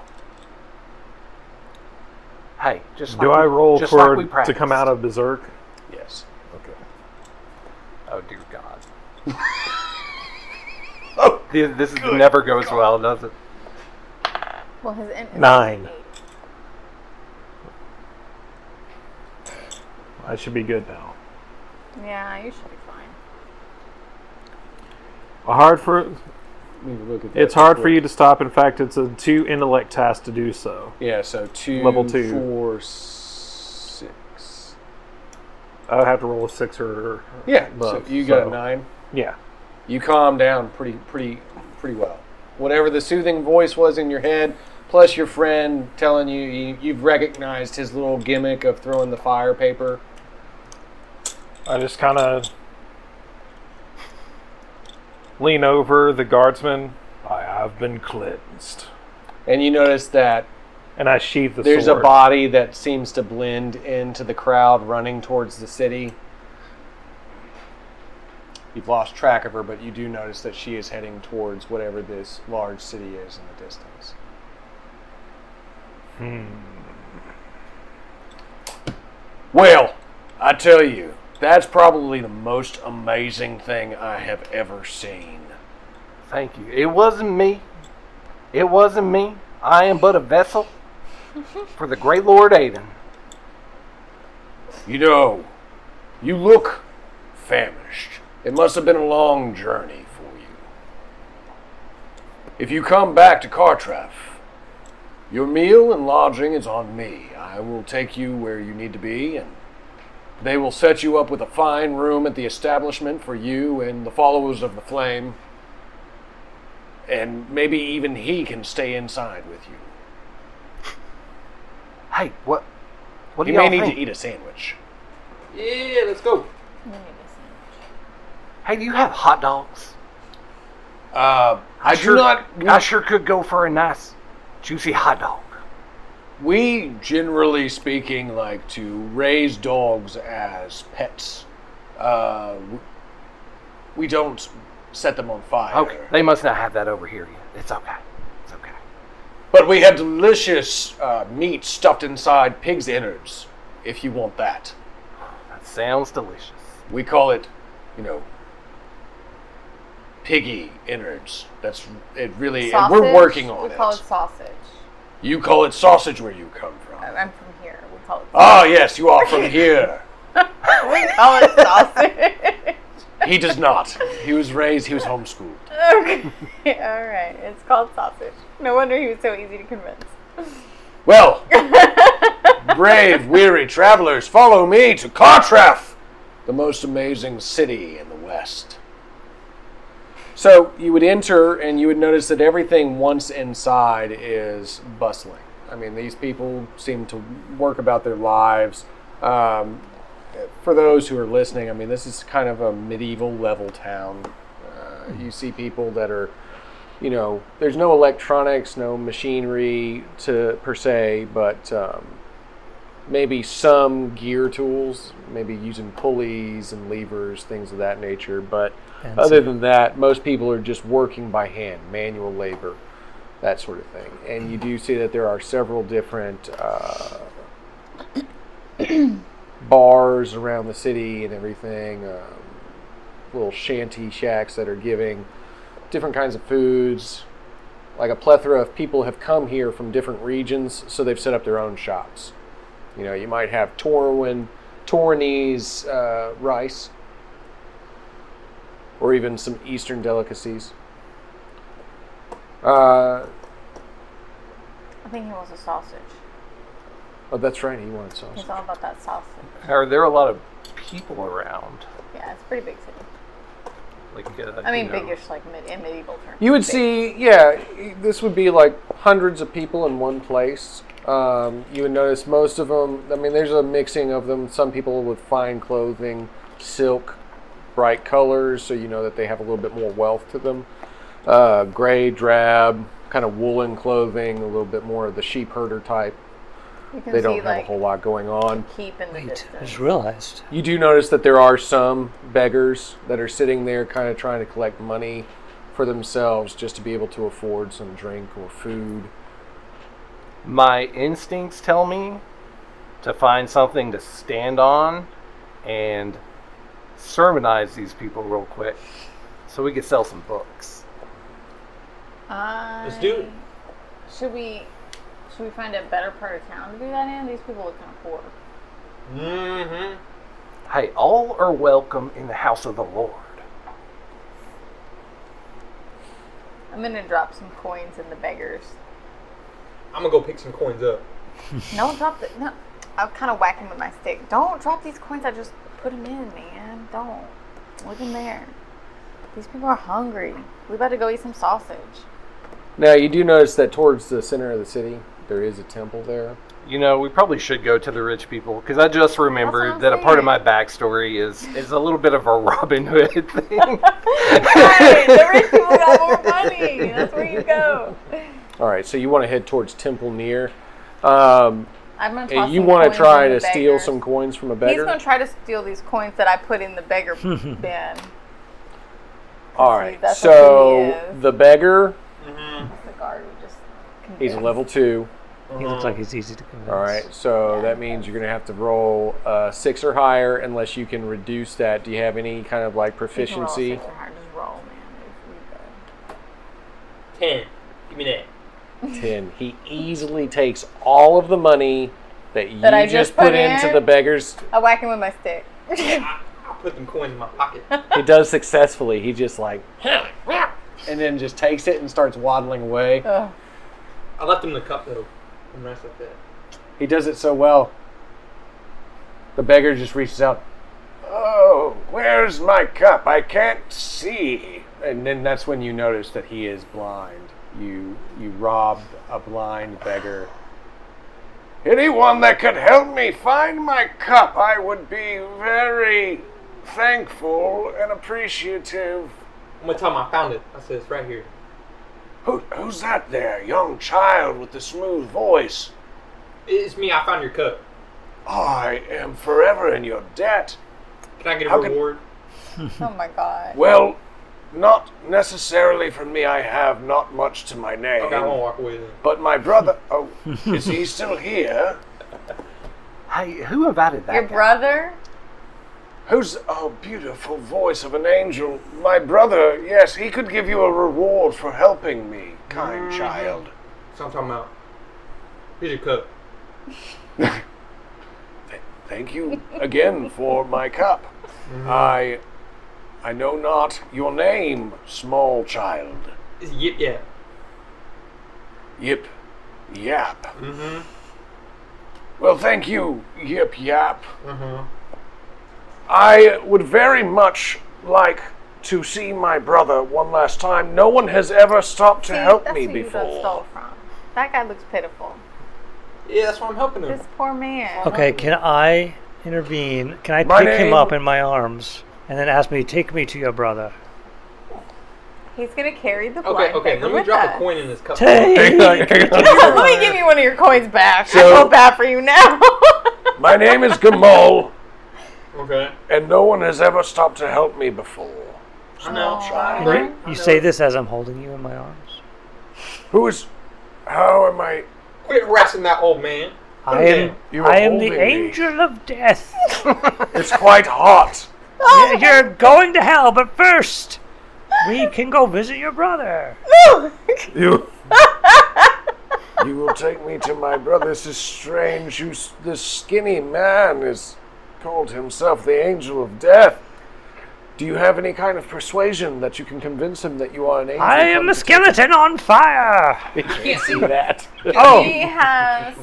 hey. Just
Do
like
I
we-
roll
just
for
like we
to come out of berserk?
Yes.
Okay.
Oh dear God.
<laughs>
oh, this, this is- never goes well, does it?
Well, his int is
Nine.
eight.
I should be good now.
Yeah, you should be fine.
A hard for
Let me look at that
it's hard for
quick.
you to stop. In fact, it's a two intellect task to do so.
Yeah. So two,
Level two.
four, six.
I would have to roll a six or
Yeah.
Love,
so you got
so-
a nine.
yeah.
You calm down pretty, pretty, pretty well. Whatever the soothing voice was in your head, plus your friend telling you, you you've recognized his little gimmick of throwing the fire paper.
I just kind of lean over the guardsman. I have been cleansed,
and you notice that
and I sheathe the
there's
sword.
a body that seems to blend into the crowd running towards the city. You've lost track of her, but you do notice that she is heading towards whatever this large city is in the distance. Hmm. Well, I tell you, that's probably the most amazing thing I have ever seen.
Thank you. It wasn't me. It wasn't me. I am but a vessel for the great Lord Aiden.
You know, you look famished. It must have been a long journey for you. If you come back to Cartraff, your meal and lodging is on me. I will take you where you need to be, and they will set you up with a fine room at the establishment for you and the followers of the flame. And maybe even he can stay inside with you.
Hey, what? What do
He
you
may
all
need
think?
to eat a sandwich.
Yeah, let's go.
You need to see.
Hey, do you have hot dogs?
Uh, I, do
sure,
not.
I sure could go for a nice, juicy hot dog.
We generally speaking like to raise dogs as pets. Uh, w- we don't set them on fire.
Okay, they must not have that over here yet. It's okay. It's okay.
But we have delicious uh, meat stuffed inside pig's innards, if you want that.
That sounds delicious.
We call it, you know, piggy innards. That's it. Really, and
Sausage,
we're working on
We
it.
call it sausage.
You call it sausage where you come from.
I- I'm from here. We call it.
Ah, yes, you are from here.
<laughs> we call it sausage.
He does not. He was raised. He was homeschooled.
okay. <laughs> All right. It's called sausage. No wonder he was so easy to convince.
Well, brave, weary travelers, follow me to Cartraff, the most amazing city in the West. So you would enter, and you would notice that everything once inside is bustling. I mean, these people seem to work about their lives. Um, for those who are listening, I mean, this is kind of a medieval level town. Uh, you see people that are you know, there's no electronics, no machinery to per se, but um, maybe some gear tools, maybe using pulleys and levers, things of that nature. But
And
other
so-
than that, most people are just working by hand, manual labor, that sort of thing. And you do see that there are several different uh, <coughs> bars around the city and everything, um, little shanty shacks that are giving different kinds of foods. Like a plethora of people have come here from different regions, so they've set up their own shops. You know, you might have Torwin, Torinese uh, rice, or even some Eastern delicacies. Uh,
I think he wants a sausage.
oh, that's right. He wanted sausage.
He's all about that sausage.
Are there a lot of people around?
Yeah, it's a pretty big city.
Like, uh,
I mean,
you know,
biggish, like mid- in medieval terms.
You would
Big.
see, yeah, this would be like hundreds of people in one place. Um, you would notice most of them, I mean, there's a mixing of them. Some people with fine clothing, silk, bright colors, so you know that they have a little bit more wealth to them. Uh, gray, drab, kind of woolen clothing, a little bit more of the sheep herder type.
You can
They
see,
don't have a
like,
whole lot going on.
keep in the
I
distance.
just realized.
You do notice that there are some beggars that are sitting there kind of trying to collect money for themselves just to be able to afford some drink or food.
My instincts tell me to find something to stand on and sermonize these people real quick so we could sell some books.
I...
Let's do it.
Should we? Should we find a better part of town to do that in? These people look kind of poor.
Mm-hmm.
Hey, all are welcome in the house of the Lord.
I'm gonna drop some coins in the beggars.
I'm gonna go pick some coins up.
No, drop the no. I'll kind of whack him with my stick. Don't drop these coins. I just put them in, man. Don't look in there. These people are hungry. We better go eat some sausage. <laughs>
Now you do notice that towards the center of the city there is a temple there.
You know, we probably should go to the rich people because I just
That's what
remembered
I'm
that a part of
saying.
my backstory is is a little bit of a Robin Hood <laughs> thing.
right, the rich people got more <laughs> money. That's where you go.
All right, so you want to head towards Temple Near, um,
I'm gonna. Toss
and you
some
want
coins
to try
in
to
the
steal
beggars.
some coins from a
He's
beggar.
gonna try to steal these coins that I put in the beggar
<laughs>
bin.
All right,
that's what
so
he is.
the beggar,
The guard would just.
he's a level two.
He looks like he's easy to convince.
uh, All right, so that means you're going to have to roll uh, six or higher unless you can reduce that. Do you have any kind of like
You can roll
proficiency?
six or higher, Just roll, man. If we go.
Ten. Give me that.
10. He easily takes all of the money that you
That I
just,
just
put,
put
into
in?
the beggar's.
I whack him with my stick. <laughs>
I, I put them coins in my <laughs> pocket.
He does successfully. He just like, and then just takes it and starts waddling away.
Ugh.
I left them in the cup though. I'm nice like that.
He does it so well. The beggar just reaches out. Oh, where's my cup? I can't see. And then that's when you notice that he is blind. You you robbed a blind beggar. Anyone that could help me find my cup, I would be very thankful and appreciative.
I'm gonna tell him I found it. I said it's right here.
Who, who's that there? Young child with the smooth voice.
It's me. I found your cup.
I am forever in your debt.
Can I get a
How can-
reward?
Oh my god.
Well, not necessarily from me. I have not much to my name.
Okay, I'm gonna walk away then.
But my brother. Oh, is he still here?
hey, who invited that?
Your
guy?
brother?
Who's. Oh, beautiful voice of an angel. My brother, yes, he could give you a reward for helping me, kind
Mm-hmm.
child.
So I'm talking about. Here's your cup.
Thank you again for my cup. I. I know not your name, small child.
It's yip yeah.
Yip. Yap.
Mm-hmm.
Well, thank you, Yip Yap.
Mm-hmm.
I would very much like to see my brother one last time. No one has ever stopped to
See,
help
that's
me
who you done
before.
stole from. That guy looks pitiful.
Yeah, that's why I'm helping him.
This poor man.
Okay, can I intervene? Can I
My
pick
name-
him up in my arms and then ask me, take me to your brother?
He's gonna carry the
Okay,
blind
okay.
beggar
Let me
with
drop a
us.
coin in this cup.
Take
<laughs>
<laughs>
Let me give you one of your coins back.
So-
I feel bad for you now.
<laughs> My name is Gamal,
Okay.
and no one has ever stopped to help me before.
I know.
Aw.
Right?
You-
I know.
You say this as I'm holding you in my arms.
Who is. How am I.
Quit harassing that old man.
I am.
You are
I am the
holding me.
angel of
<laughs>
death.
It's
<laughs>
quite hot.
Y- You're going to hell, but first, we can go visit your brother.
You. You will take me to my brother. This is strange. You, s- this skinny man is called himself the Angel of Death. Do you have any kind of persuasion that you can convince him that you are an angel?
I am a skeleton on fire.
Can't see that.
He
<laughs> Oh
has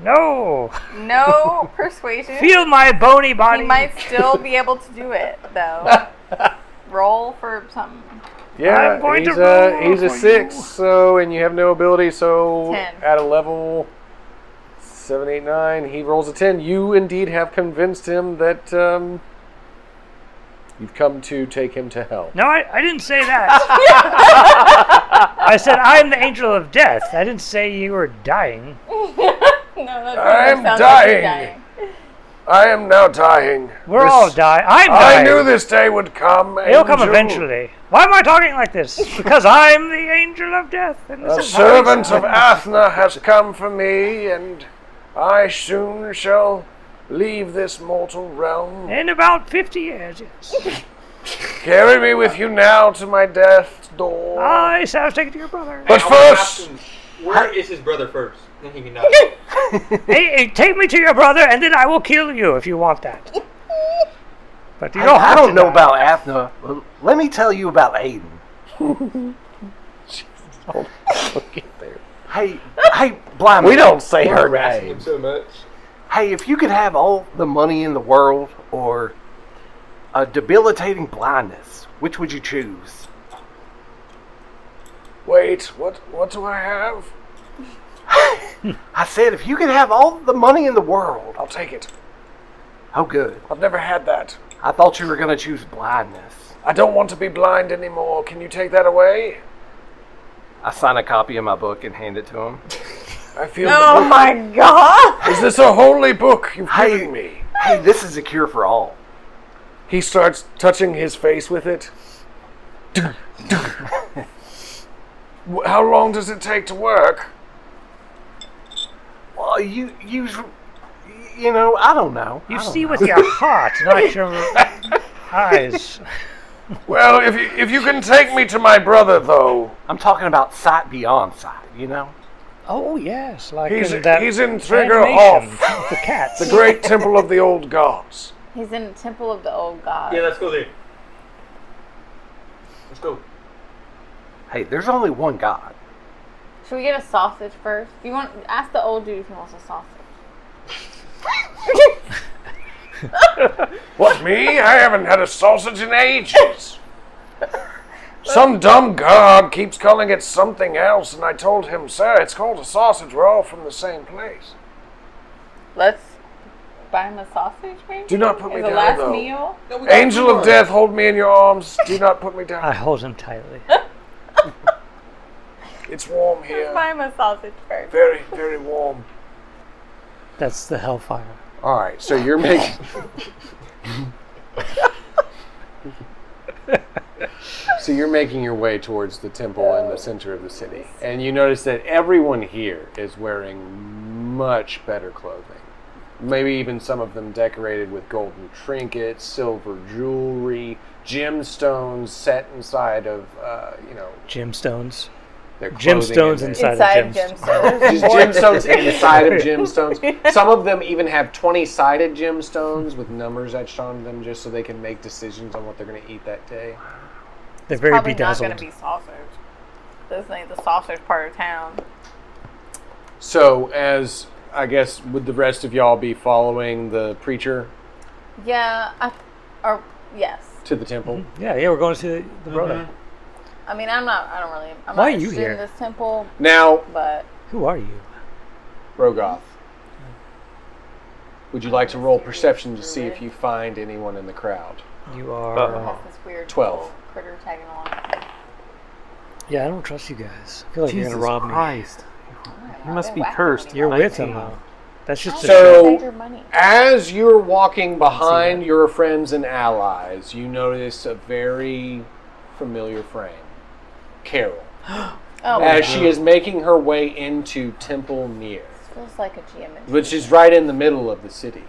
no!
<laughs>
no persuasion.
Feel my bony body.
He might still be able to do it
<laughs>
though. Roll for something.
Yeah,
I'm going to
he's a
roll
he's a
for
six.
you.
So and you have no ability. So
Ten.
at a level seven, eight, nine, he rolls a ten. You indeed have convinced him that um, you've come to take him to hell.
No, I, I didn't
<laughs>
say that. <laughs> I said I'm the angel of death. I didn't say you were dying.
<laughs> No, that
I'm
sounds like you're
dying. I am now dying.
We're
This-
all dying. I'm
I
dying.
knew this day would come.
It'll come
angel.
eventually. Why am I talking like
<laughs>
this? Because I'm the angel of death, and this
The
is how we
servant of Athna has come for me, and I soon shall leave this mortal realm.
In about 50 years, yes.
Carry me with you now to my death's door.
Oh, I shall take to your brother.
but
I wanna ask
first,
him, Where is his brother first? Then he can know.
Hey, hey, take me to your brother, and then I will kill you if you want that. But you
I,
don't
I
have
don't
to
know
die.
about Athna. but Let me tell you about Aiden.
<laughs>
Hey, hey, blind
we
man.
don't say her
Harassing
name.
him so much.
Hey, if you could have all the money in the world or a debilitating blindness, which would you choose?
Wait, what? What do I have?
I said, if you could have all the money in the world.
I'll take it.
Oh, good.
I've never had that.
I thought you were going to choose blindness.
I don't want to be blind anymore. Can you take that away?
I sign a copy of my book and hand it to
<laughs>
him.
I feel.
Oh my god!
The, is this a holy book you've
Hey,
given me?
hey, this is a cure for all.
He starts touching his face with it. W- How long does it take to work?
Well, Oh, you, you, you know, I don't know.
You
I don't
see
know.
with your <laughs> heart, not your eyes.
Well, if you, if you can take me to my brother, though,
I'm talking about sight beyond sight. You know,
<laughs> Oh yes, like
he's
in that
he's in Trigger
animation
Off,
with the cats.
the great temple of the old gods.
He's in the temple of the old god.
Yeah, let's go there. Let's go.
hey, there's only one God.
Should we get a sausage first? You want ask the old dude if he wants a sausage.
What, me? I haven't had a sausage in ages. Some dumb god keeps calling it something else, and I told him, sir, it's called a sausage. We're all from the same place.
Let's buy him a sausage, maybe.
Do not put me
As a
down,
last
though.
meal.
No, we got
Angel
more.
of death, hold me in your arms. Do not put
<laughs>
me
I
down.
hold him tightly.
It's warm
Let's
here.
buy him a sausage first.
Very, very warm.
That's the hellfire.
All right, so you're making. so you're making your way towards the temple in the center of the city, and you notice that everyone here is wearing much better clothing. Maybe even some of them decorated with golden trinkets, silver jewelry, gemstones set inside of uh, you know
Gemstones.
their clothing
Gemstones
and
inside,
Inside
of
Jim's.
gems.
just gemstones inside of gemstones. Some of them even have 20 sided gemstones with numbers etched on them just so they can make decisions on what they're going to eat that day.
They're very
Probably not
bedazzled.
gonna be sausage. This ain't the sausage part of town.
So, as I guess, would the rest of y'all be following the preacher
Yeah, I, or yes.
to the temple?
Yeah, yeah, we're going to see the, the brother.
I mean, I'm not. I don't really. I'm
Why are
not
you
interested
here?
in this temple,
Now,
but
Who are you?
Rogoth, would you like to roll perception to see if you find anyone in the crowd?
You are.
it has this weird
Twelve.
little critter tagging along.
Yeah, I don't trust you guys. I feel like
Jesus
you're gonna rob me.
Christ. You must be cursed.
You're
I
with him though. That's just a
So-
take your money.
As you're walking behind your friends and allies, you notice a very familiar frame Carol.
Oh,
as she is making her way into Temple Near,
this feels like a GM.
which is right in the middle of the city.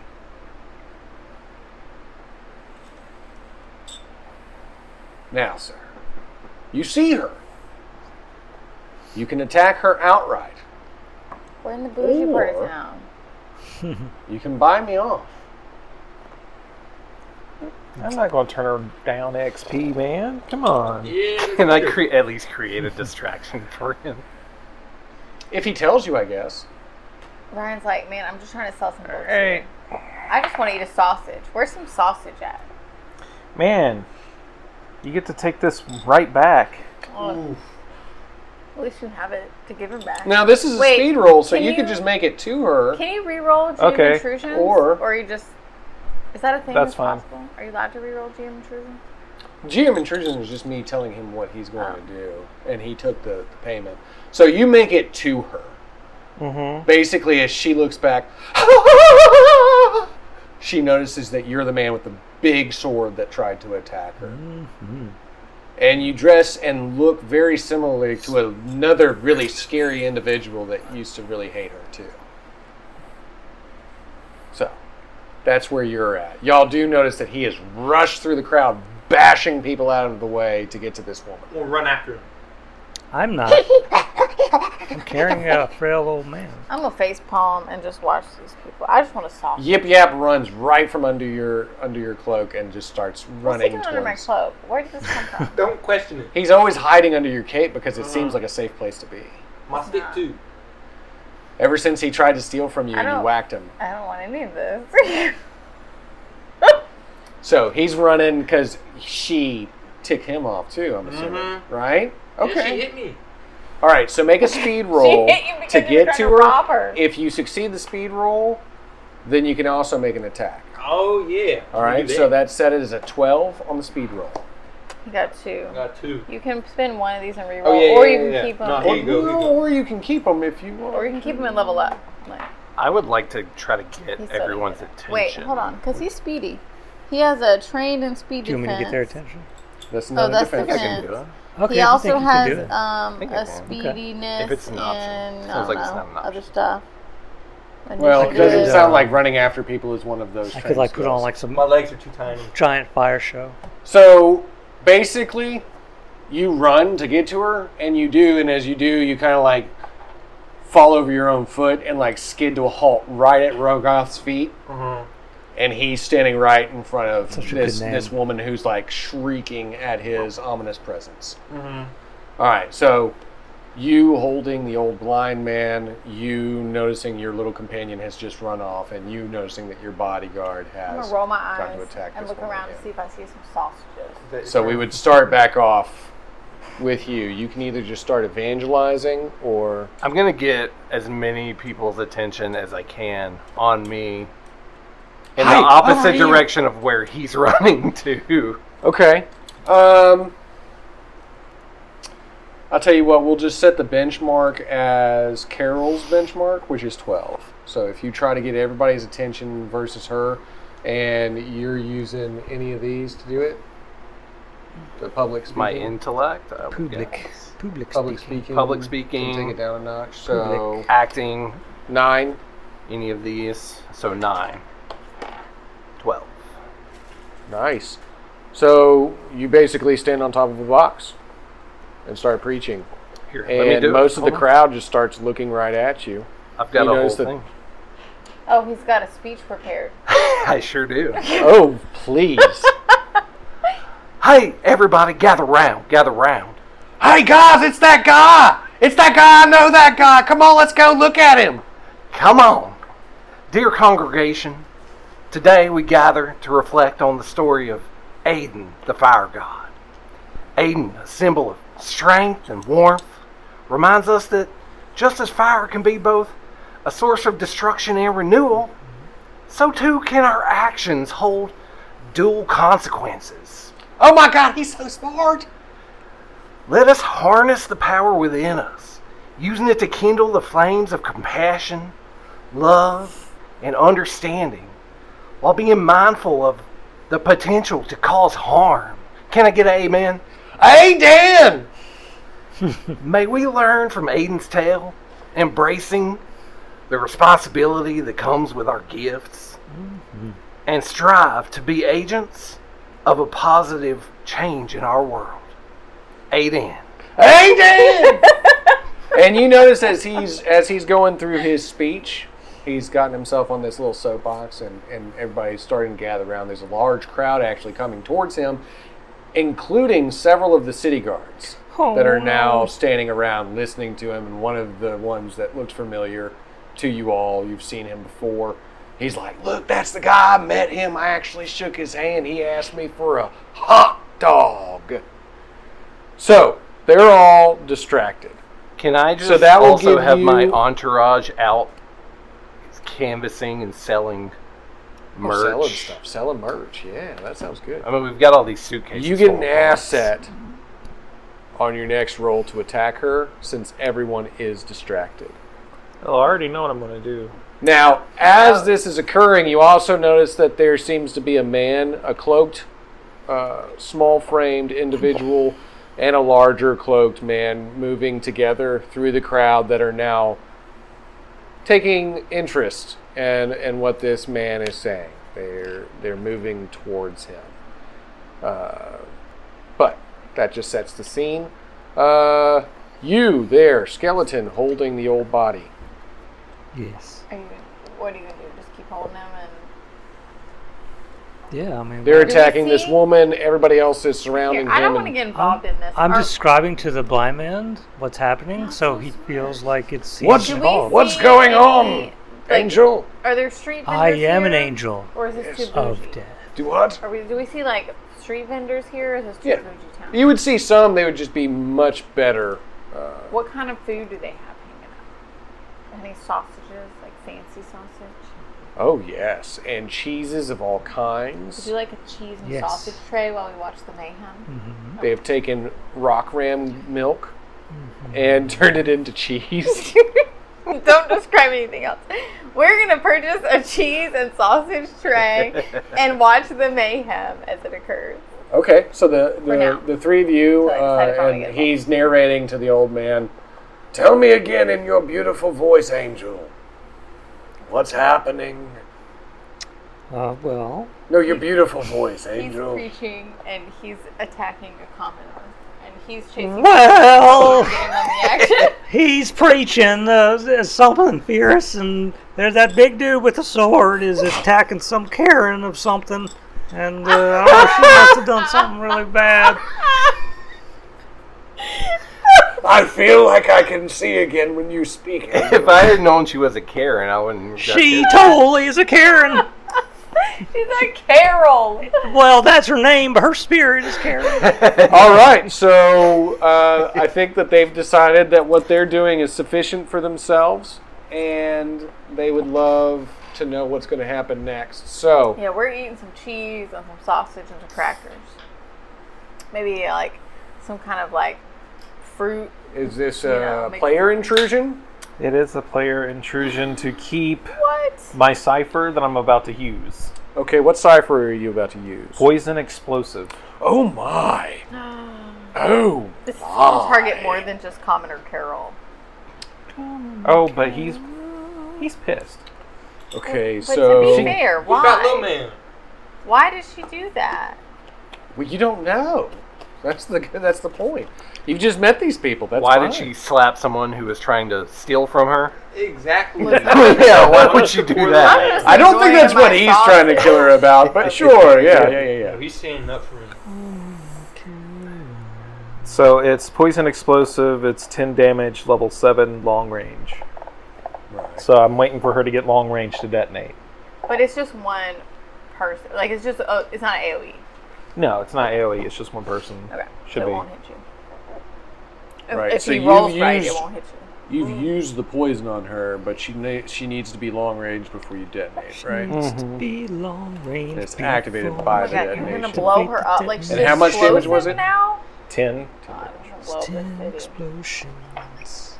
Now, sir, you see her. You can attack her outright.
We're in the bougie part
Or-
of town.
You can buy me off.
I'm not going to turn down XP, man. Come on.
Yeah.
Can I
sure.
cre- at least create a distraction <laughs> for him?
If he tells you, I guess.
Ryan's like, man, I'm just trying to sell some books.
Hey,
I just want to eat a sausage. Where's some sausage at?
man, you get to take this right back.
At least you have it to give him back.
Now this is a
Wait,
speed roll, so
can
you, could
you-
just make it to her.
Can you re-roll GM
Okay.
intrusions?
Or-
or you just is that a thing?
That's
that's
fine.
Possible? Are you allowed to re-roll GM intrusions?
GM intrusion is just me telling him what he's going to do, and he took the, the payment. So you make it to her.
Mm-hmm.
Basically, as she looks back, she notices that you're the man with the big sword that tried to attack her. And you dress and look very similarly to another really scary individual that used to really hate her, too. So, that's where you're at. Y'all do notice that he has rushed through the crowd, bashing people out of the way to get to this woman.
We'll run after him.
<laughs>
I'm not. I'm carrying a frail old man.
I'm gonna face palm and just watch these people. I just want a sausage.
Yip Yap runs right from under your under your cloak and just starts
What's he
running
doing under my
towards
cloak? Where did this come
<laughs>
from?
Don't question it.
He's always hiding under your cape because it
Uh-huh.
seems like a safe place to be.
My stick too.
Ever since he tried to steal from you
I
and you
don't-
whacked him.
I don't want any of this.
So he's running because she ticked him off too, I'm assuming.
Mm-hmm.
Mhm.
Right?
Yeah, she
Okay.
hit me.
All right, so make
<laughs>
a speed roll
hit you because
Oh, to
you were
get
trying
to
to
her.
rob her.
If you succeed the speed roll, then you can also make an attack.
Oh yeah.
All right, so that set it as a 12 on the speed roll.
you got two.
I got two.
You can spin one of these and re-roll,
Oh, yeah,
or
yeah,
you
yeah,
can
yeah.
keep
No,
them,
here you go, here you go.
Or you can keep them if you want.
or you can keep them and level up. Like,
I would like to try to get
he's so
everyone's
good.
attention.
Wait, hold on, because he's speedy. He has a trained and speed
Do you want me to get their
defense.
attention?
That's
Oh,
another
that's
defense.
I can
defense.
do it.
Okay.
he
I
also
think you can
has
do it.
um,
think I
a
can. Okay.
speediness
If it's an option.
and I
Sounds
don't
like it's
know,
not an option.
other stuff.
Well, it
Initiative.
doesn't
could,
sound
uh,
like running after people is one of those.
I could
trained
like put on
skills.
like
My
some
legs are too tiny.
giant fire show.
So basically, you run to get to her, and you do, and as you do, you kind of like fall over your own foot and like skid to a halt right at Rogoth's feet,
Uh-huh.
and he's standing right in front of
Such a good
this
name.
this woman who's like shrieking at his ominous presence.
Mm-hmm.
All right, so you holding the old blind man, you noticing your little companion has just run off, and you noticing that your bodyguard
I'm
has
gonna roll my
tried to
eyes
attack
and
this
look
woman
around
again.
to see if I see some sausages.
So we would start back off with you. You can either just start evangelizing or
I'm gonna get as many people's attention as I can on me in
Hi,
the opposite
how are you?
direction of where he's <laughs> running to.
okay. Um, I'll tell you what. We'll just set the benchmark as Carol's benchmark, which is twelve. So if you try to get everybody's attention versus her, and you're using any of these to do it, the public speaking,
My intellect, Oh, I would
Public.
guess.
Public
public
speaking.
speaking,
Public
can
speaking.
take it down a notch. So
acting,
nine.
any of these. So nine. Twelve.
Nice. So you basically stand on top of a box and start preaching,
Here, let me
and
do
most
it.
of the
Hold on.
crowd just starts looking right at you.
I've got
you
a whole
notice that-
thing.
Oh, he's got a speech prepared.
<laughs> I sure do.
Oh, please!
hey, everybody, gather round. Gather round.
hey guys, it's that guy! It's that guy! I know that guy! Come on, let's go look at him.
Come on. Dear congregation, today we gather to reflect on the story of Aiden, the fire god. Aiden, a symbol of strength and warmth, reminds us that just as fire can be both a source of destruction and renewal, so too can our actions hold dual consequences.
Oh my God, he's so smart!
Let us harness the power within us, using it to kindle the flames of compassion, love, and understanding, while being mindful of the potential to cause harm. Can I get an amen?
Hey Dan!
<laughs> May we learn from Aiden's tale, embracing the responsibility that comes with our gifts,
Mm-hmm.
and strive to be agents of a positive change in our world. Aiden.
Hey Dan! and you notice as he's as he's going through his speech, he's gotten himself on this little soapbox, and, and everybody's starting to gather around. There's a large crowd actually coming towards him, including several of the city guards that are now standing around listening to him. And one of the ones that looked familiar to you all, you've seen him before. He's like, Look, that's the guy I met him. I actually shook his hand. He asked me for a hot dog. So they're all distracted.
Can I just
So that will
also
give
have my
you-
entourage out canvassing and selling merch?
Selling stuff. Selling merch. Yeah, that sounds good.
I mean, we've got all these suitcases.
You get
full
an
of products.
asset on your next roll to attack her since everyone is distracted.
Oh, I already know what I'm gonna do. Uh,
Now, as this is occurring, you also notice that there seems to be a man, a cloaked, uh, small framed individual, and a larger cloaked man moving together through the crowd that are now taking interest in, in what this man is saying. They're, they're moving towards him. Uh, but that just sets the scene. Uh, you there, skeleton holding the old body.
Yes.
Are you, what are you gonna do? Just keep holding him and
Yeah, I mean,
They're
we
attacking this
see-
woman. Everybody else is surrounding
Here, I
him.
don't want to
and-
get involved in this.
I'm
Are-
describing to the blind man what's happening, so he feels like it's. he's
What's-
do we
involved.
What's
see
going
any-
on,
like,
Angel,
Are there street vendors
I am an
here?
angel
Or is this too
of
bougie?
death.
do what?
Are we, do we see like street vendors here? Or is this too
Yeah.
bougie town?
You would see some. They would just be much better. Uh,
What kind of food do they have hanging out? Any sausages, like fancy sausage?
oh yes, and cheeses of all
Would
kinds.
you like a cheese and
Yes.
sausage tray while we watch the mayhem?
They have taken rock ram milk and <laughs> turned it into cheese.
Hmm.
<laughs> Don't describe anything else. We're gonna purchase a cheese and sausage
<laughs>
tray and watch the mayhem as it occurs.
okay, so the
now.
the, the three of you,
So I decided
uh,
if I wanna get
and
involved.
he's narrating to the old man. Tell me again in your beautiful voice, Angel. What's happening?
Uh, well,
No, your beautiful voice,
He's
Angel.
preaching and he's attacking a commoner, and he's
<laughs>
chasing
well,
him on the action.
he's preaching uh, something fierce, and there's that big dude with the sword is attacking some Karen of something, and uh, I don't know if she must have done something really bad.
I feel like I can see again when you speak.
<laughs> If I had known she was a Karen, I wouldn't.
She totally is a Karen.
He's like Carol.
Well, that's her name, but her spirit is Karen.
All right, so uh, I think that they've decided that what they're doing is sufficient for themselves, and they would love to know what's going to happen next. So,
Yeah, we're eating some cheese and some sausage and some crackers. Maybe like some kind of like fruit.
is this
You know,
a
make-
player intrusion?
It is a player intrusion to keep
What?
my cipher that I'm about to use.
Okay, what cipher are you about to use?
Poison explosive.
Oh my! Oh,
This is gonna target more than just commoner Carol.
Oh, but he's he's pissed.
okay.
But to be
So
fair,
What about Little
why?
Man?
Why did she do that?
well, you don't know. That's the <laughs> that's the point. You've just met these people. That's
Why
fine.
did
<laughs>
she slap someone who was trying to steal from her?
Exactly.
yeah, why would you do
I'm
that?
just
I don't think
enjoying
that's what
my
he's trying to kill her
<laughs>
about, but sure, yeah, yeah, yeah,
No,
yeah.
he's standing up for me.
So it's poison explosive. It's ten damage, level seven, long range.
Right.
So I'm waiting for her to get long range to detonate.
But it's just one person. Like it's just uh, it's not AOE.
No, it's not AOE. It's just one person.
Okay,
Should
so
be.
it won't hit you. If-
Right,
If
so
he
you
rolls right, it
used-
won't hit you.
You've used the poison on her, but she ne- she needs to be long range before you detonate, right?
Needs to be long range.
It's activated
before-
by
Oh my
the
god, you're gonna
detonation.
blow her up like she's
And
how much damage
explosive
was it?
now?
Ten.
God, I'm gonna blow up this
Ten
city.
explosions.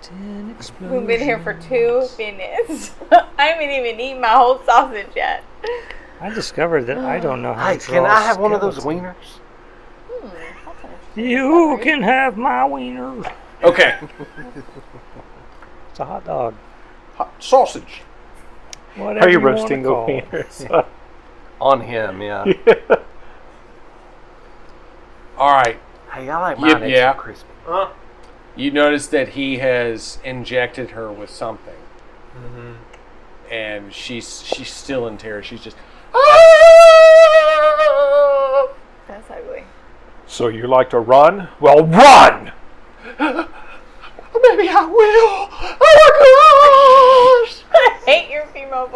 Ten explosions.
We've been here for two minutes. <laughs> I haven't even eaten my whole sausage yet.
I discovered that I don't know how
Hey,
to draw
can I have one of those
skeleton.
wieners?
Hmm, that's interesting.
You can have my wiener.
<laughs> Okay,
It's a hot dog.
Hot sausage.
Whatever
How are you
wanna
roasting
call
those
it.
wieners?
On him, yeah.
All right,
hey, I like
Yep,
mine
yeah.
extra crispy.
Huh?
you notice that he has injected her with something.
Mm-hmm.
and she's she's still in terror. She's just. "Ah!"
That's ugly.
So you like to run? Well, run!
<laughs> Maybe I will. Oh my gosh!
Hate your female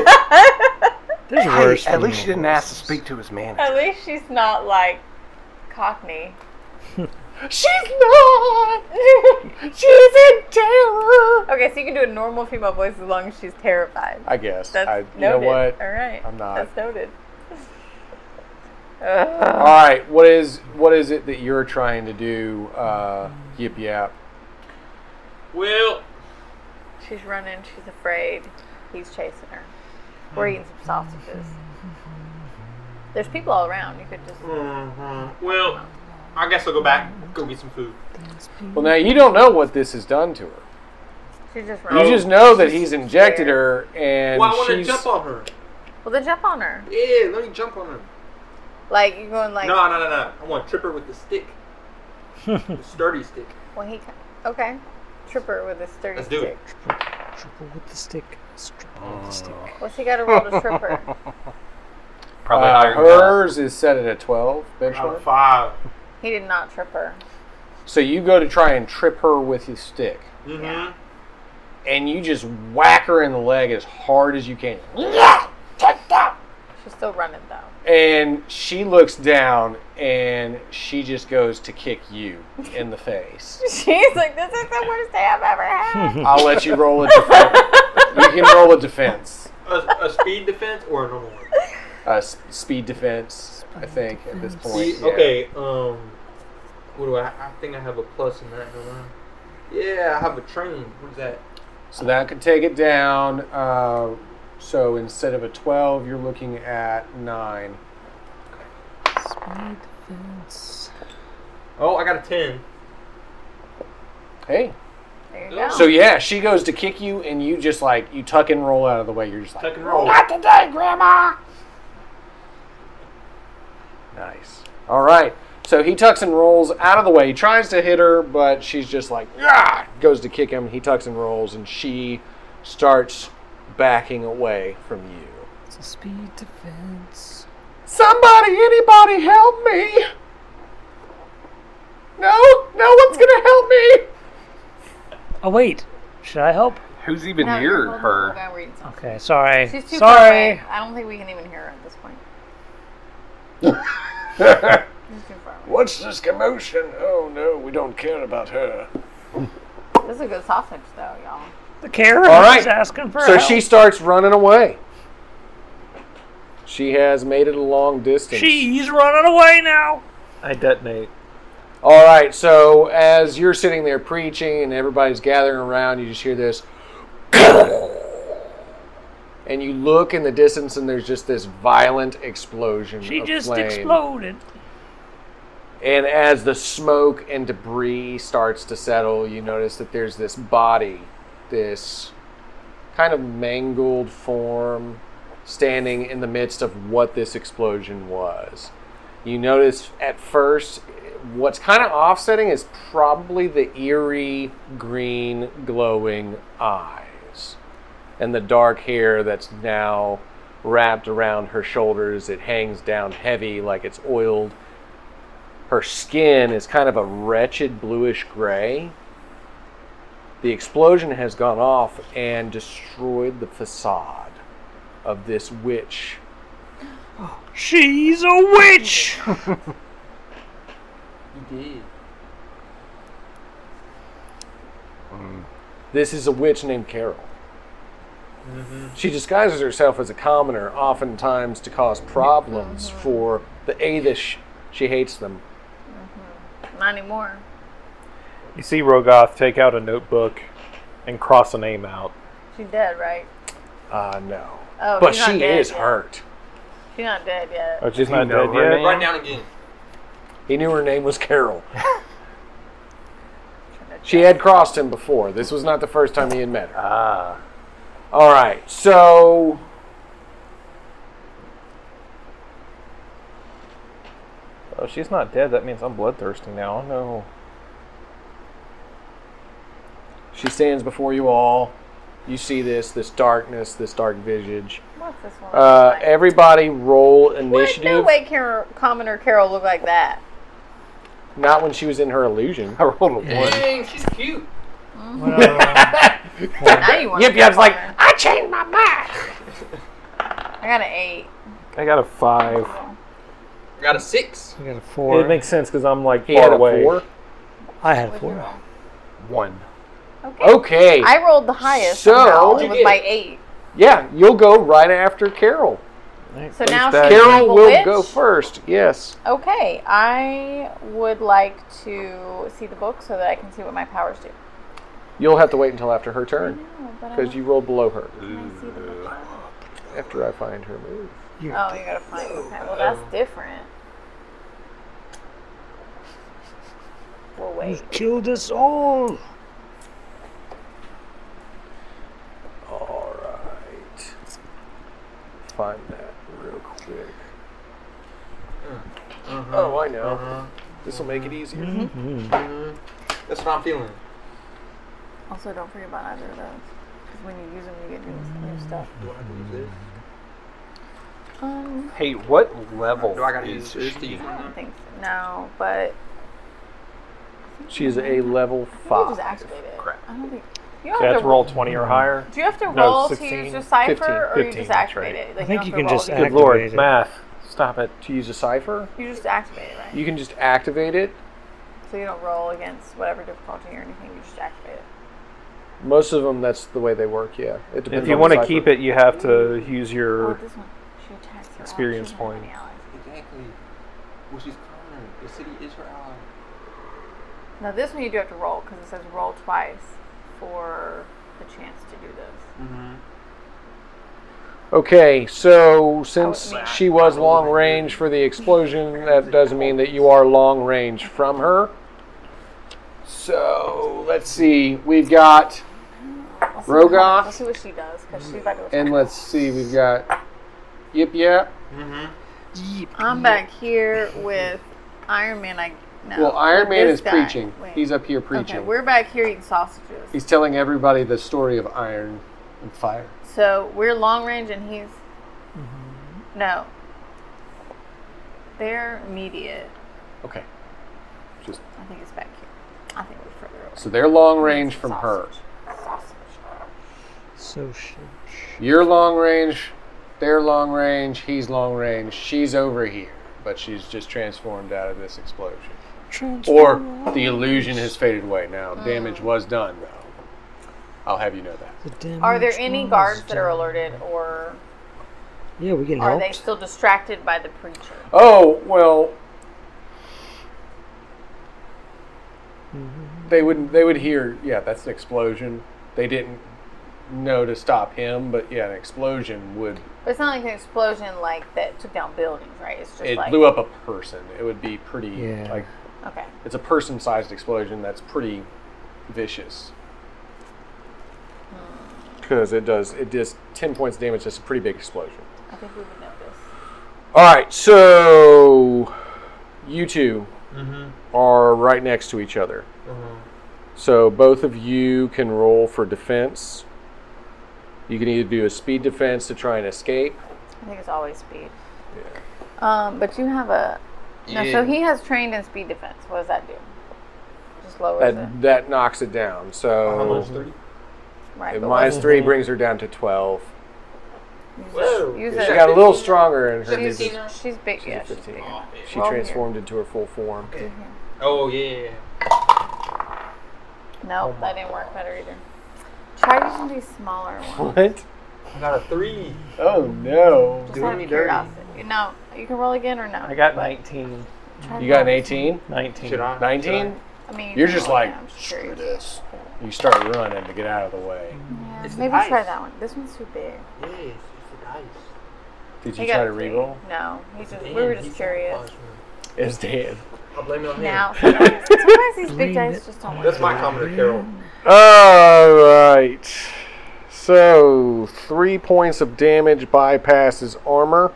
<laughs> voices.
There's worse.
Hey, <laughs> at least
female
you didn't
<laughs>
ask to
voices.
speak to his manager.
At least she's not like Cockney.
She's not. She's in terror.
Okay, so you can do a normal female voice as long as she's terrified.
I guess.
That's
I,
noted.
you know what?
All right.
I'm not.
That's noted.
All
Ugh.
right. What is what is it that you're trying to do? Uh, yip yap.
Well,
she's running. She's afraid. He's chasing her. We're eating some sausages. There's people all around. You could just.
mhm, well, I guess I'll go back, go get some food.
Well, now you don't know what this has done to her.
She just
You
runs.
Oh.
just know that he's injected her, and
well, I want to
she's-
jump on her.
Well, then jump on her.
Yeah, let me jump on her.
Like you're going like.
No, no, no, no. I want to trip her with
<laughs>
the stick. the sturdy stick.
When he. Okay. Tripper with a sturdy
Let's do
stick.
it.
Triple with the stick. Triple with the stick.
Well, she got to roll to tripper.
Probably
uh,
higher than
hers is set at a 12
Uh,
benchmark.
five.
He did not trip her.
so you go to try and trip her with his stick,
Mm-hmm.
and you just whack her in the leg as hard as you can.
She's still running though. <laughs>
And she looks down, and she just goes to kick you in
<laughs>
the face.
She's like, this is the worst day I've ever
<laughs>
had.
I'll let you roll a defense. you can roll a defense,
A, a speed defense or a normal one?
uh, s- speed defense. I think at this point.
Speed-
yeah.
Okay. Um, what do I? I think I have a plus in that. Don't I? Yeah, I have a train. What's that?
So that could take it down. Uh, so instead of a 12, you're looking at 9.
Speed fence.
Oh, I got a ten.
Hey.
There you go.
So yeah, she goes to kick you, and you just like, you tuck and roll out of the way. You're just like,
Tuck and roll.
Not today, Grandma! Nice. All right. So he tucks and rolls out of the way. He tries to hit her, but she's just like, ah, goes to kick him. He tucks and rolls, and she starts backing away from you.
It's a speed defense.
Somebody, anybody, help me! No, no one's gonna help me!
Oh wait, should I help?
Who's even
No, you're
near her?
holding the guy we're eating sausages.
Okay, sorry.
She's too far
sorry.
away. I don't think we can even hear her at this point. She's too far away.
What's this commotion? Oh no, we don't care about her.
This is a good sausage though, y'all.
The Karen
All
is
right.
asking for
So
help.
she starts running away. She has made it a long distance.
she's running away now.
I detonate.
All right, so as you're sitting there preaching and everybody's gathering around, you just hear this. <coughs> And you look in the distance, and there's just this violent explosion.
She
of
just
flame.
exploded.
And as the smoke and debris starts to settle, you notice that there's this body, this kind of mangled form standing in the midst of what this explosion was. You notice at first what's kind of offsetting is probably the eerie green glowing eyes and the dark hair that's now wrapped around her shoulders. It hangs down heavy like it's oiled her skin is kind of a wretched bluish gray. The explosion has gone off and destroyed the facade of this witch.
She's a witch.
You did.
This is a witch named Carol. She disguises herself as a commoner, oftentimes to cause problems for the Adish. She hates them.
Not anymore.
You see Rogoth take out a notebook and cross a name out.
She's dead, right?
Uh, no.
Oh,
but
she's not
she
dead
is
yet.
hurt.
She's not dead yet.
Oh, she's
You
not
know
dead
her
yet.
name?
Write down again.
He knew her name was
<laughs>
Carol. She had crossed him before. This was not the first time he had met her.
Ah,
All right, so
Oh, she's not dead. That means I'm bloodthirsty now. No.
She stands before you all. You see this, this darkness, this dark visage.
What's this one?
Uh,
Like-
everybody roll
What?
initiative.
No way, Car- Commoner Carol looked like that.
Not when she was in her illusion.
I rolled a one. Mm-hmm.
Dang, she's cute.
<laughs>
Now you want
Yip
to
Yap's like,
I changed my mind.
I got an eight.
I got a five.
I got a six.
I got a four.
It makes sense because I'm like
He
far
had a
away.
four.
I had a
What'd you
four.
roll?
One.
Okay.
Okay.
I rolled the highest.
So-
somehow. it
You
was
did.
my eight.
Yeah, you'll go right after Carol.
So now
that-
she's
Carol
evil
will
witch?
go first. Yes.
Okay, I would like to see the book so that I can see what my powers do.
You'll have to wait until after her turn
Oh, but I
because you rolled below her.
wanna see the book.
After I find her move.
Oh, you gotta find. Okay, well that's different. Well, wait.
Killed us all.
All right. Find that real quick.
Mm-hmm.
Oh, I know. This will make it easier.
That's what I'm feeling.
Also, don't forget about either of those. Because when you use them, you get new, new stuff.
Do I use this?
Um,
Hey, what level
Do I gotta use
is
this to
she?
use
I don't
one?
think so. No, but
She is a level
you Mm-hmm. just
five.
activate it.
Correct.
I don't think you don't
Yeah,
have
it's
to
roll 20 or higher.
Do you have to
No,
roll to
16,
use your cipher,
15,
or you
15,
just
that's
activate
right.
it? Like,
I think
don't
you
have
can
to roll
just
again.
Good lord,
Activated.
math. Stop it.
To use a cipher,
You just activate it, right?
you can just activate it.
So you don't roll against whatever difficulty or anything. You just activate it.
Most of them, that's the way they work. Yeah. It depends
If you
on the
want to
cipher.
keep it, you have to use
Oh,
your.
this one. She attacks her
Experience
allies. She doesn't have
point.
any allies.
Exactly. Well, she's Connor. The city is her ally.
Now this one you do have to roll because it says roll twice for the chance to do this.
Okay, so since
I mean-
she was long range for the explosion, that does mean that you are long range from her. So let's see, we've got,
Let's see what-
Rogoff.
Let's see what she does because she's about to. attack.
and let's see, we've got Yip Yap.
I'm back here with Iron Man. I no.
Well, Iron
with
Man
this
is
guy.
preaching.
Oh, Wait.
He's up here
Okay,
preaching.
we're back here eating sausages.
He's telling everybody the story of iron and fire.
So we're long range and he's. No. They're immediate.
Okay,
I think it's back here. I think we're further away.
so they're long range from her.
Sausage.
So shit.
You're long range, they're long range, he's long range, she's over here, but she's just transformed out of this explosion. Or the illusion has faded away. Now, damage was done, though. I'll have you know that.
Are there any guards that are alerted or
Yeah, we can
are
help.
they still distracted by the preacher?
Oh, well. They would they would hear, yeah, that's an explosion. They didn't know to stop him, but yeah, an explosion would
But it's not like an explosion like that took down buildings, right? It's just
it
like
blew up a person. It would be pretty
Yeah.
like
okay.
it's a person-sized explosion that's pretty vicious. Because it does it does ten points of damage. That's a pretty big explosion.
I think we would notice.
All right, so you 2 are right next to each other. So both of you can roll for defense. You can either do a speed defense to try and escape.
I think it's always speed. Yeah. Um, but you have a no. So he has trained in speed defense. What does that do? Just lowers
That that knocks it down. So
it, right?
if
but
minus three brings her down to twelve.
Use
Whoa.
it. Use
She
it.
got a little stronger in her.
She's,
defense.
she's big. yeah, she's
fifteen.
big.
Oh, man.
She
Roll here.
transformed into her full form.
Oh, yeah.
No, that didn't work better either. Try using these smaller ones.
<laughs> What?
I got a three.
Oh no!
Just out of curiosity. No, you can roll again or no.
I got 19.
You got an eighteen.
19.
Should I?
Nineteen.
I mean, you
You're
can
just
roll
like
again, I'm just
screw
curious.
this. You start running to get out of the way.
Yeah,
It's
maybe
nice.
try that one. This one's too big.
Yes, it's a dice.
Did
He
you
got
try
a
to
three.
reroll?
No, he just, we were just curious.
It's dead.
I'll blame it on him.
Now, sometimes, sometimes these big dice just don't work.
That's my commoner, Carol.
All right. So three points of damage bypasses armor.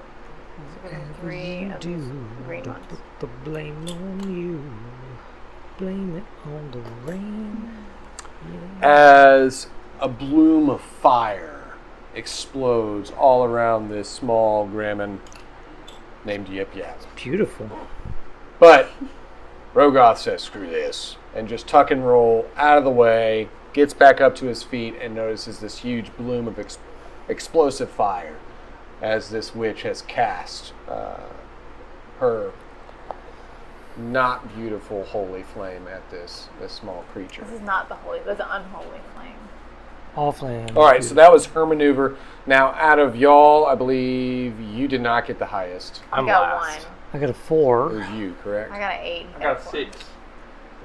Three of these
do,
green ones.
Put the blame on you. Blame it on the rain.
as a bloom of fire explodes all around this small Grammin named Yip Yap.
Beautiful.
But Rogoth says, screw this, and just tuck and roll out of the way, gets back up to his feet, and notices this huge bloom of ex- explosive fire as this witch has cast uh, her not beautiful holy flame at this, this small creature.
This is not the holy, this is the unholy flame.
All flames.
All right, so that was her maneuver. Now, out of y'all, I believe you did not get the highest.
I
I'm
got
last.
one.
I got a
It
four.
was you,
I
correct?
got an eight.
I got six.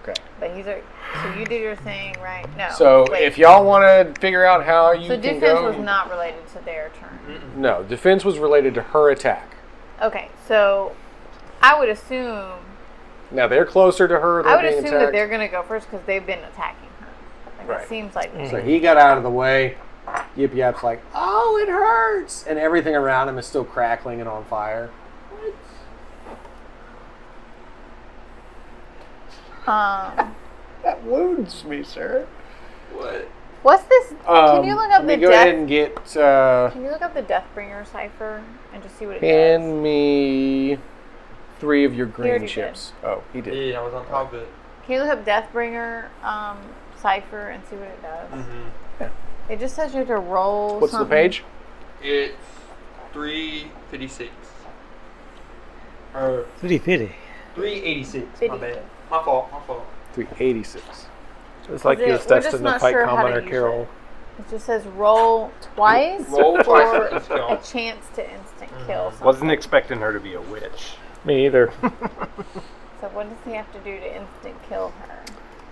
Okay.
But he's a. So you did your thing, right? No.
So
wait.
if y'all want to figure out how you
So
can
defense
go,
was not related to their turn.
no defense was related to her attack.
Okay, so I would assume
Now they're closer to her. They're
I would
being
assume that
attacked.
they're gonna go first because they've been attacking her. Like
Right.
it seems like
So he got out of the way. Yip Yap's like, oh, it hurts, and everything around him is still crackling and on fire.
um
That wounds me, sir.
What?
what's this
Um,
can you look up
let me
the
go
death
ahead and get. Uh,
can you look up the Deathbringer cipher and just see what it does?
Hand me three of your
already
green
did.
chips. Oh, he did.
Yeah, I was on top of it.
Can you look up Deathbringer um cipher and see what it does? It just says you have to roll
Mm-hmm. What's
something.
the page?
It's 356. Or
Fitty fitty.
386. My bad. My fault. My fault.
386.
It's like
Is it-
he was
we're just
destined to
not
fight
sure how to
Commoner
use
Carol.
It just says roll twice
Roll
for
twice.
a chance to instant
Mm-hmm.
kill.
Wasn't expecting her to be a witch.
Me <laughs> either.
So what does he have to do to instant kill her?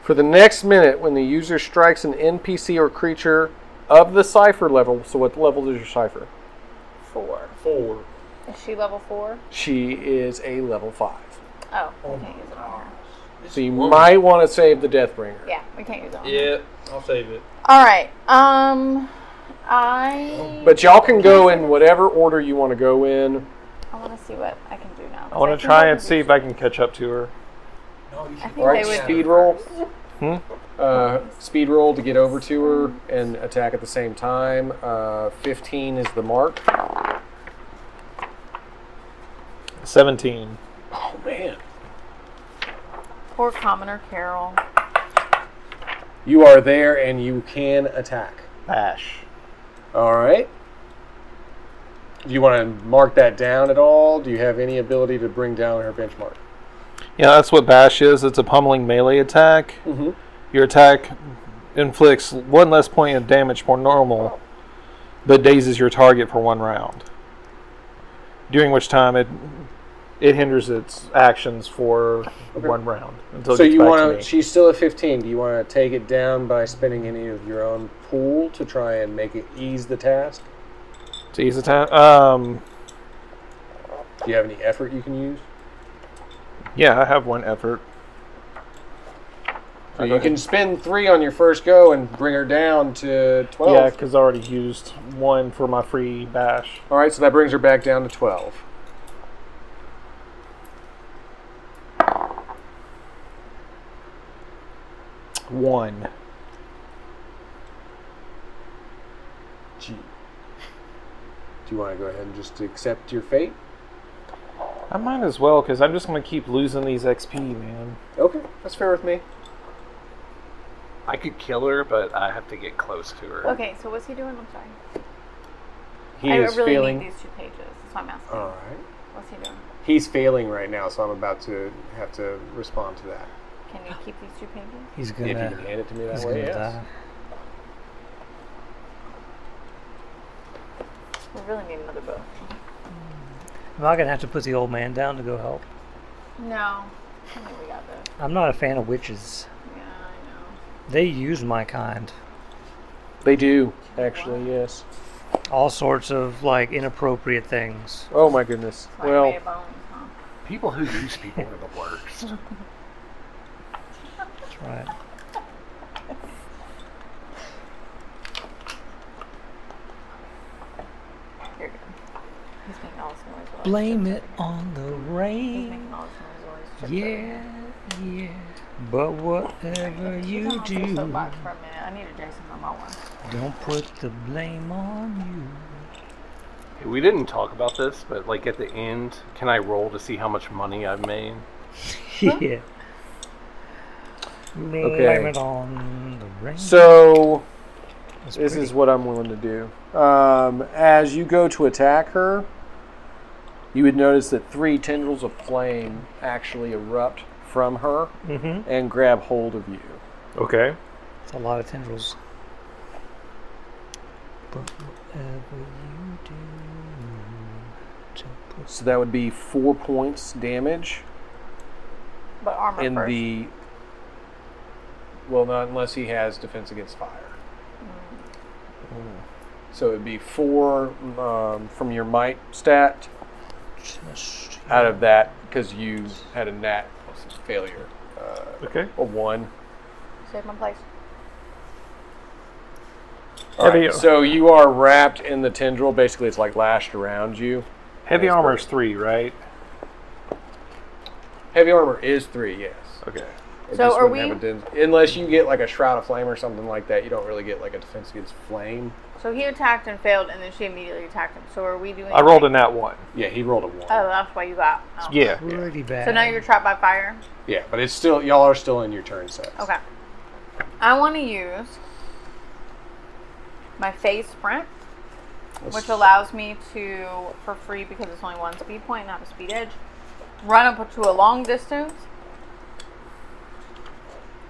For the next minute, when the user strikes an NPC or creature of the cipher level, so what level is your cipher?
Four.
Four.
Is she level four?
She is a level five.
Oh, we can't use it on her.
So you might want to save the Deathbringer.
Yeah, we can't use it on her.
Yeah, I'll save it.
All right. Um, I
But y'all can go in whatever order you want to go in.
I want to see what I can do now.
I want to try and see if I can catch up to her.
No, you should.
think
All right,
they would-
speed roll.
Hmm?
Uh, speed roll to get over to her and attack at the same time. Uh, 15 is the mark.
17.
Oh, man.
Poor commoner Carol.
You are there and you can attack.
Bash.
All right. Do you want to mark that down at all? Do you have any ability to bring down her benchmark?
Yeah, that's what bash is. It's a pummeling melee attack.
Mhm.
Your attack inflicts one less point of damage for normal, but dazes your target for one round. During which time it it hinders its actions for one round until
So
it gets
you
back
want
to
to?
me.
She's still at 15. Do you want to take it down by spending any of your own pool to try and make it ease the task?
to ease the time. Um,
Do you have any effort you can use?
yeah, I have one effort.
So
Uh,
you
go
can spend three on your first go and bring her down to
Yeah, 'cause
12.
Yeah, because I already used one for my free bash.
All right, so that brings her back down to 12.
One.
Gee. Do you want to go ahead and just accept your fate?
I might as well because I'm just gonna keep losing these XP, man.
Okay, that's fair with me.
I could kill her, but I have to get close to her.
Okay, so what's he doing? I'm sorry.
He
I
is
really
feeling. Uh.
need these two pages. That's why I'm asking.
All right.
What's he doing?
He's failing right now, so I'm about to have to respond to that.
Can you keep these two pages?
He's
If you can
gonna.
hand it to me that
He's
way,
gonna
yes.
die.
We really need another book.
Am I gonna have to put the old man down to go help?
No, I think we got this.
I'm not a fan of witches.
Yeah, I
They use my kind.
They do, actually, yes.
All sorts of like inappropriate things.
Oh my goodness.
know. Like
Well,
made of bones, huh?
People who use people are the worst.
That's right.
Here you go. He's making all this noise. while I
Blame
chip
it on the
He's
rain.
making all this noise. while he's chip
Yeah, yeah. But whatever
He's on
you
my
do,
soapbox for a minute. I I need a Jason Momoa one.
Don't put the blame on
We didn't talk about this, but like at the end, can I roll to see how much money I've made?
<laughs>
you. yeah. Blame
Okay.
it on the rain.
So
That's
this
pretty.
is what I'm willing to do. Um, as you go to attack her, you would notice that three tendrils of flame actually erupt from her
Mhm.
and grab hold of you.
Okay.
It's a lot of tendrils. But uh, whatever you do, don't put
So that would be four points damage
But armor
in
first.
the. Well, not unless he has defense against fire. So it'd be four um, from your might stat
just
out of that because you had a nat plus a failure, uh,
Okay.
a one.
Save my place.
All
Heavy-
right, So you are wrapped in the tendril. Basically, it's like lashed around you.
Heavy
That's
armor is three, right?
Heavy armor is three, yes.
Okay.
It
So
just
are
wouldn't have
we-
a den- unless you get like a shroud of flame or something like that, you don't really get like a defense against flame.
So he attacked and failed, and then she immediately attacked him. So are we doing?
I rolled a nat one. Yeah, he rolled a one.
Oh, that's why you got. Oh.
yeah, yeah,
pretty bad.
So now you're trapped by fire.
yeah, but it's still y'all are still in your turn set.
Okay. I want to use my phase sprint, which allows me to, for free because it's only one speed point, not a speed edge, run up to a long distance.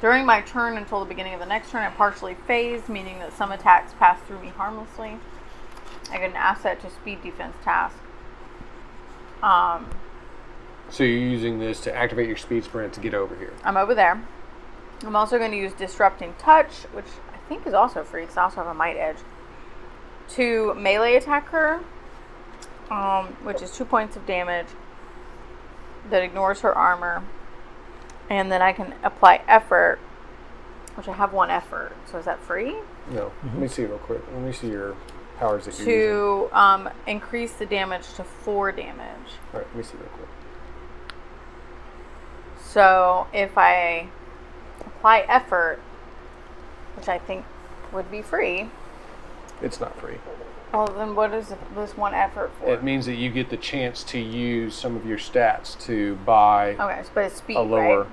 During my turn until the beginning of the next turn, I partially phase, meaning that some attacks pass through me harmlessly. I get an asset to speed defense task. Um,
So you're using this to activate your speed sprint to get over here.
I'm over there. I'm also going to use Disrupting Touch, which I think is also free because I also have a Might Edge, to melee attack her, um, which is two points of damage that ignores her armor. And then I can apply Effort, which I have one Effort. So is that free?
No, let me see real quick. Let me see your powers that you're using.
To um, increase the damage to four damage.
All right, let me see real quick.
So if I apply Effort, which I think would be free,
It's not free.
Well, then what is this one effort for?
It means that you get the chance to use some of your stats to buy
okay, but it's speed,
a lower.
right?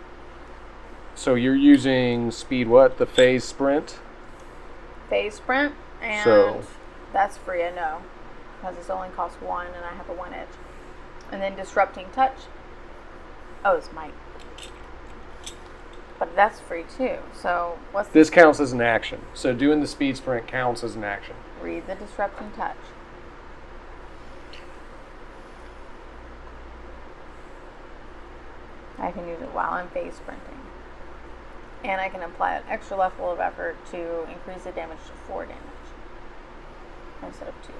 So you're using speed what? The phase sprint?
Phase sprint, and
So-
that's free, I know, because it's only cost one, and I have a one edge. And then disrupting touch. Oh, it's might. But that's free too. So what's
This counts as an action. So doing the speed sprint counts as an action.
read the disrupting touch? I can use it while I'm phase sprinting. And I can apply an extra level of effort to increase the damage to four damage instead of two.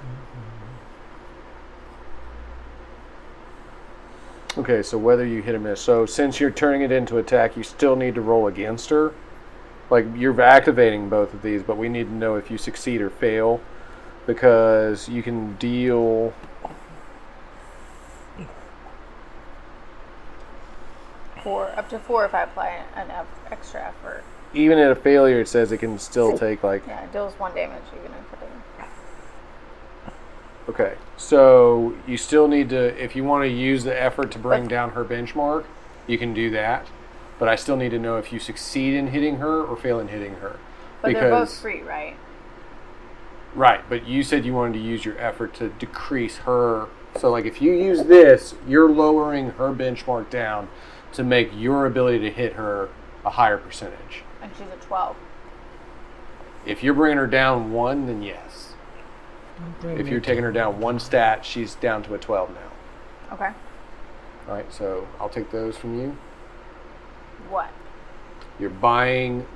Okay, so whether you hit or miss. So since you're turning it into attack, you still need to roll against her. Like you're activating both of these, but we need to know if you succeed or fail because you can deal
Four up to four if I apply an eff- extra effort.
even at a failure it says it can still take like
Yeah, it deals one damage even if it doesn't.
Okay, so you still need to, if you want to use the effort to bring down her benchmark, you can do that. But I still need to know if you succeed in hitting her or fail in hitting her.
But they're both free, right?
Right, but you said you wanted to use your effort to decrease her. So, like, if you use this, you're lowering her benchmark down to make your ability to hit her a higher percentage.
And she's a twelve.
If you're bringing her down one, then yes. If you're taking her down one stat, she's down to a 12 now.
Okay.
All right, so I'll take those from you.
What?
You're buying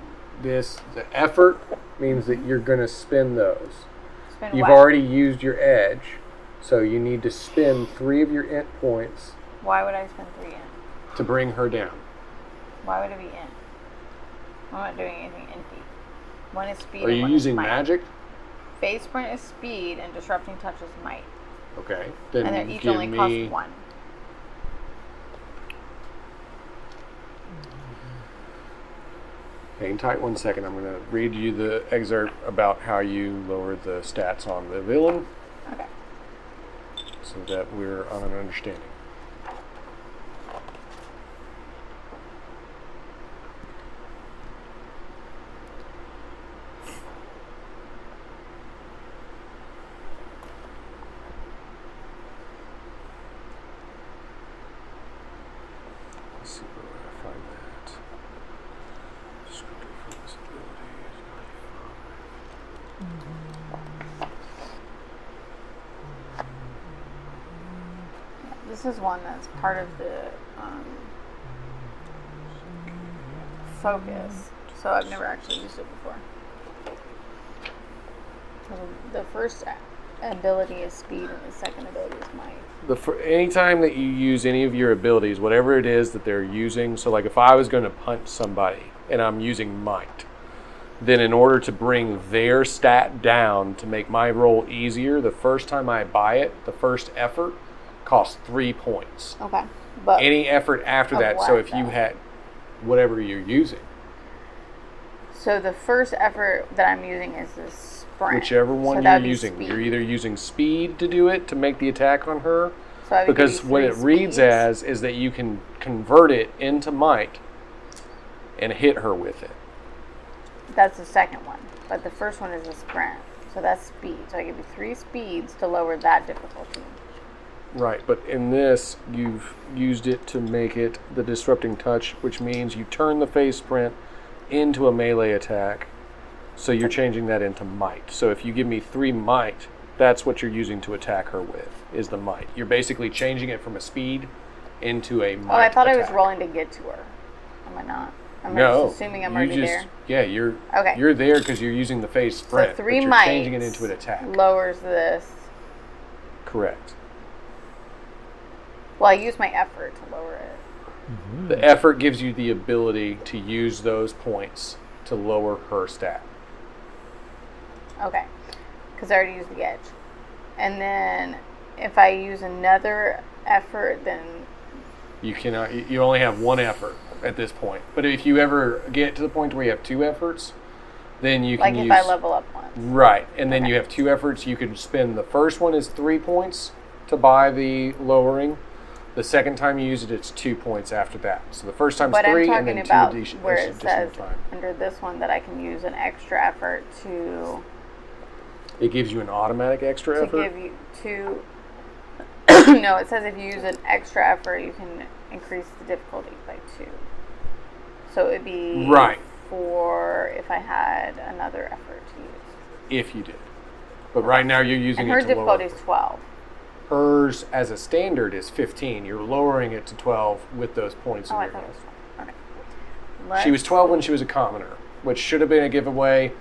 this. The effort means that you're going to spend those.
It's been
You've
what?
already used your edge, so you need to spend three of your int points
Why would I spend three in?
to bring her down.
Why would it be in? I'm not doing anything empty. One is speed.
Are
and
you
one
using
is might.
magic?
Phase sprint is speed, and disrupting touch is might,
Okay.
and,
Then
they each
give
only
me.
cost one.
Hang tight one second. I'm going to read you the excerpt about how you lower the stats on the villain.
Okay.
So that we're on an understanding. Let's see where I find that. Descriptive focus
This is one that's part of the um, focus, so I've never actually used it before. So The first a- ability is speed, and the second ability is might.
the fir- anytime that you use any of your abilities, whatever it is that they're using, so like if I was going to punch somebody and I'm using might, then in order to bring their stat down to make my roll easier, the first time I buy it, the first effort costs three points.
Okay, Oh, but
Any effort after
Of
that, so
what,
if you
though?
had whatever you're using,
so the first effort that I'm using is this sprint.
whichever
So
one you're
that'd be
using,
speed.
you're either using speed to do it to make the attack on her,
So I would
because
give you
what it
three
reads
speeds.
as is that you can convert it into might and hit her with it.
That's the second one, but the first one is a sprint. So that's speed. So I give you three speeds to lower that difficulty.
Right, but in this, you've used it to make it the disrupting touch, which means you turn the face sprint into a melee attack. So you're changing that into might. So if you give me three might, that's what you're using to attack her with is the might. You're basically changing it from a speed into a might.
Oh, I thought I was
attack.
rolling to get to her. Am I not? I'm
No,
just assuming I'm
you
already
just,
there.
Yeah, you're
Okay.
You're there because you're using the phase sprint.
so three
but you're
mites
changing it into an attack.
lowers this.
Correct.
Well, I use my effort to lower it.
The effort gives you the ability to use those points to lower her stat.
Okay, because I already used the edge. And then if I use another effort, then
You cannot. you- You only have one effort at this point. But if you ever get to the point where you have two efforts, then you
like
can
if
use
I level up once.
right, and then
Okay.
you have two efforts. You can spend the first one is three points to buy the lowering. The second time you use it, it's two points after that. So the first time's
But I'm
three, and
talking
then two
about
addition-
where it
additional
says
time.
under this one that I can use an extra effort to
It gives you an automatic extra
to
effort.
give you to. <coughs> no, it says if you use an extra effort, you can increase the difficulty by two. So it'd be
Right.
for if I had another effort to use.
if you did. But right now you're using
And her
it to lower.
difficulty is twelve.
Hers as a standard is 15. You're lowering it to 12 with those points
Oh,
in
I
your
thought it
hand.
was twelve. Okay. Let's,
She was 12 when she was a commoner, which should have been a giveaway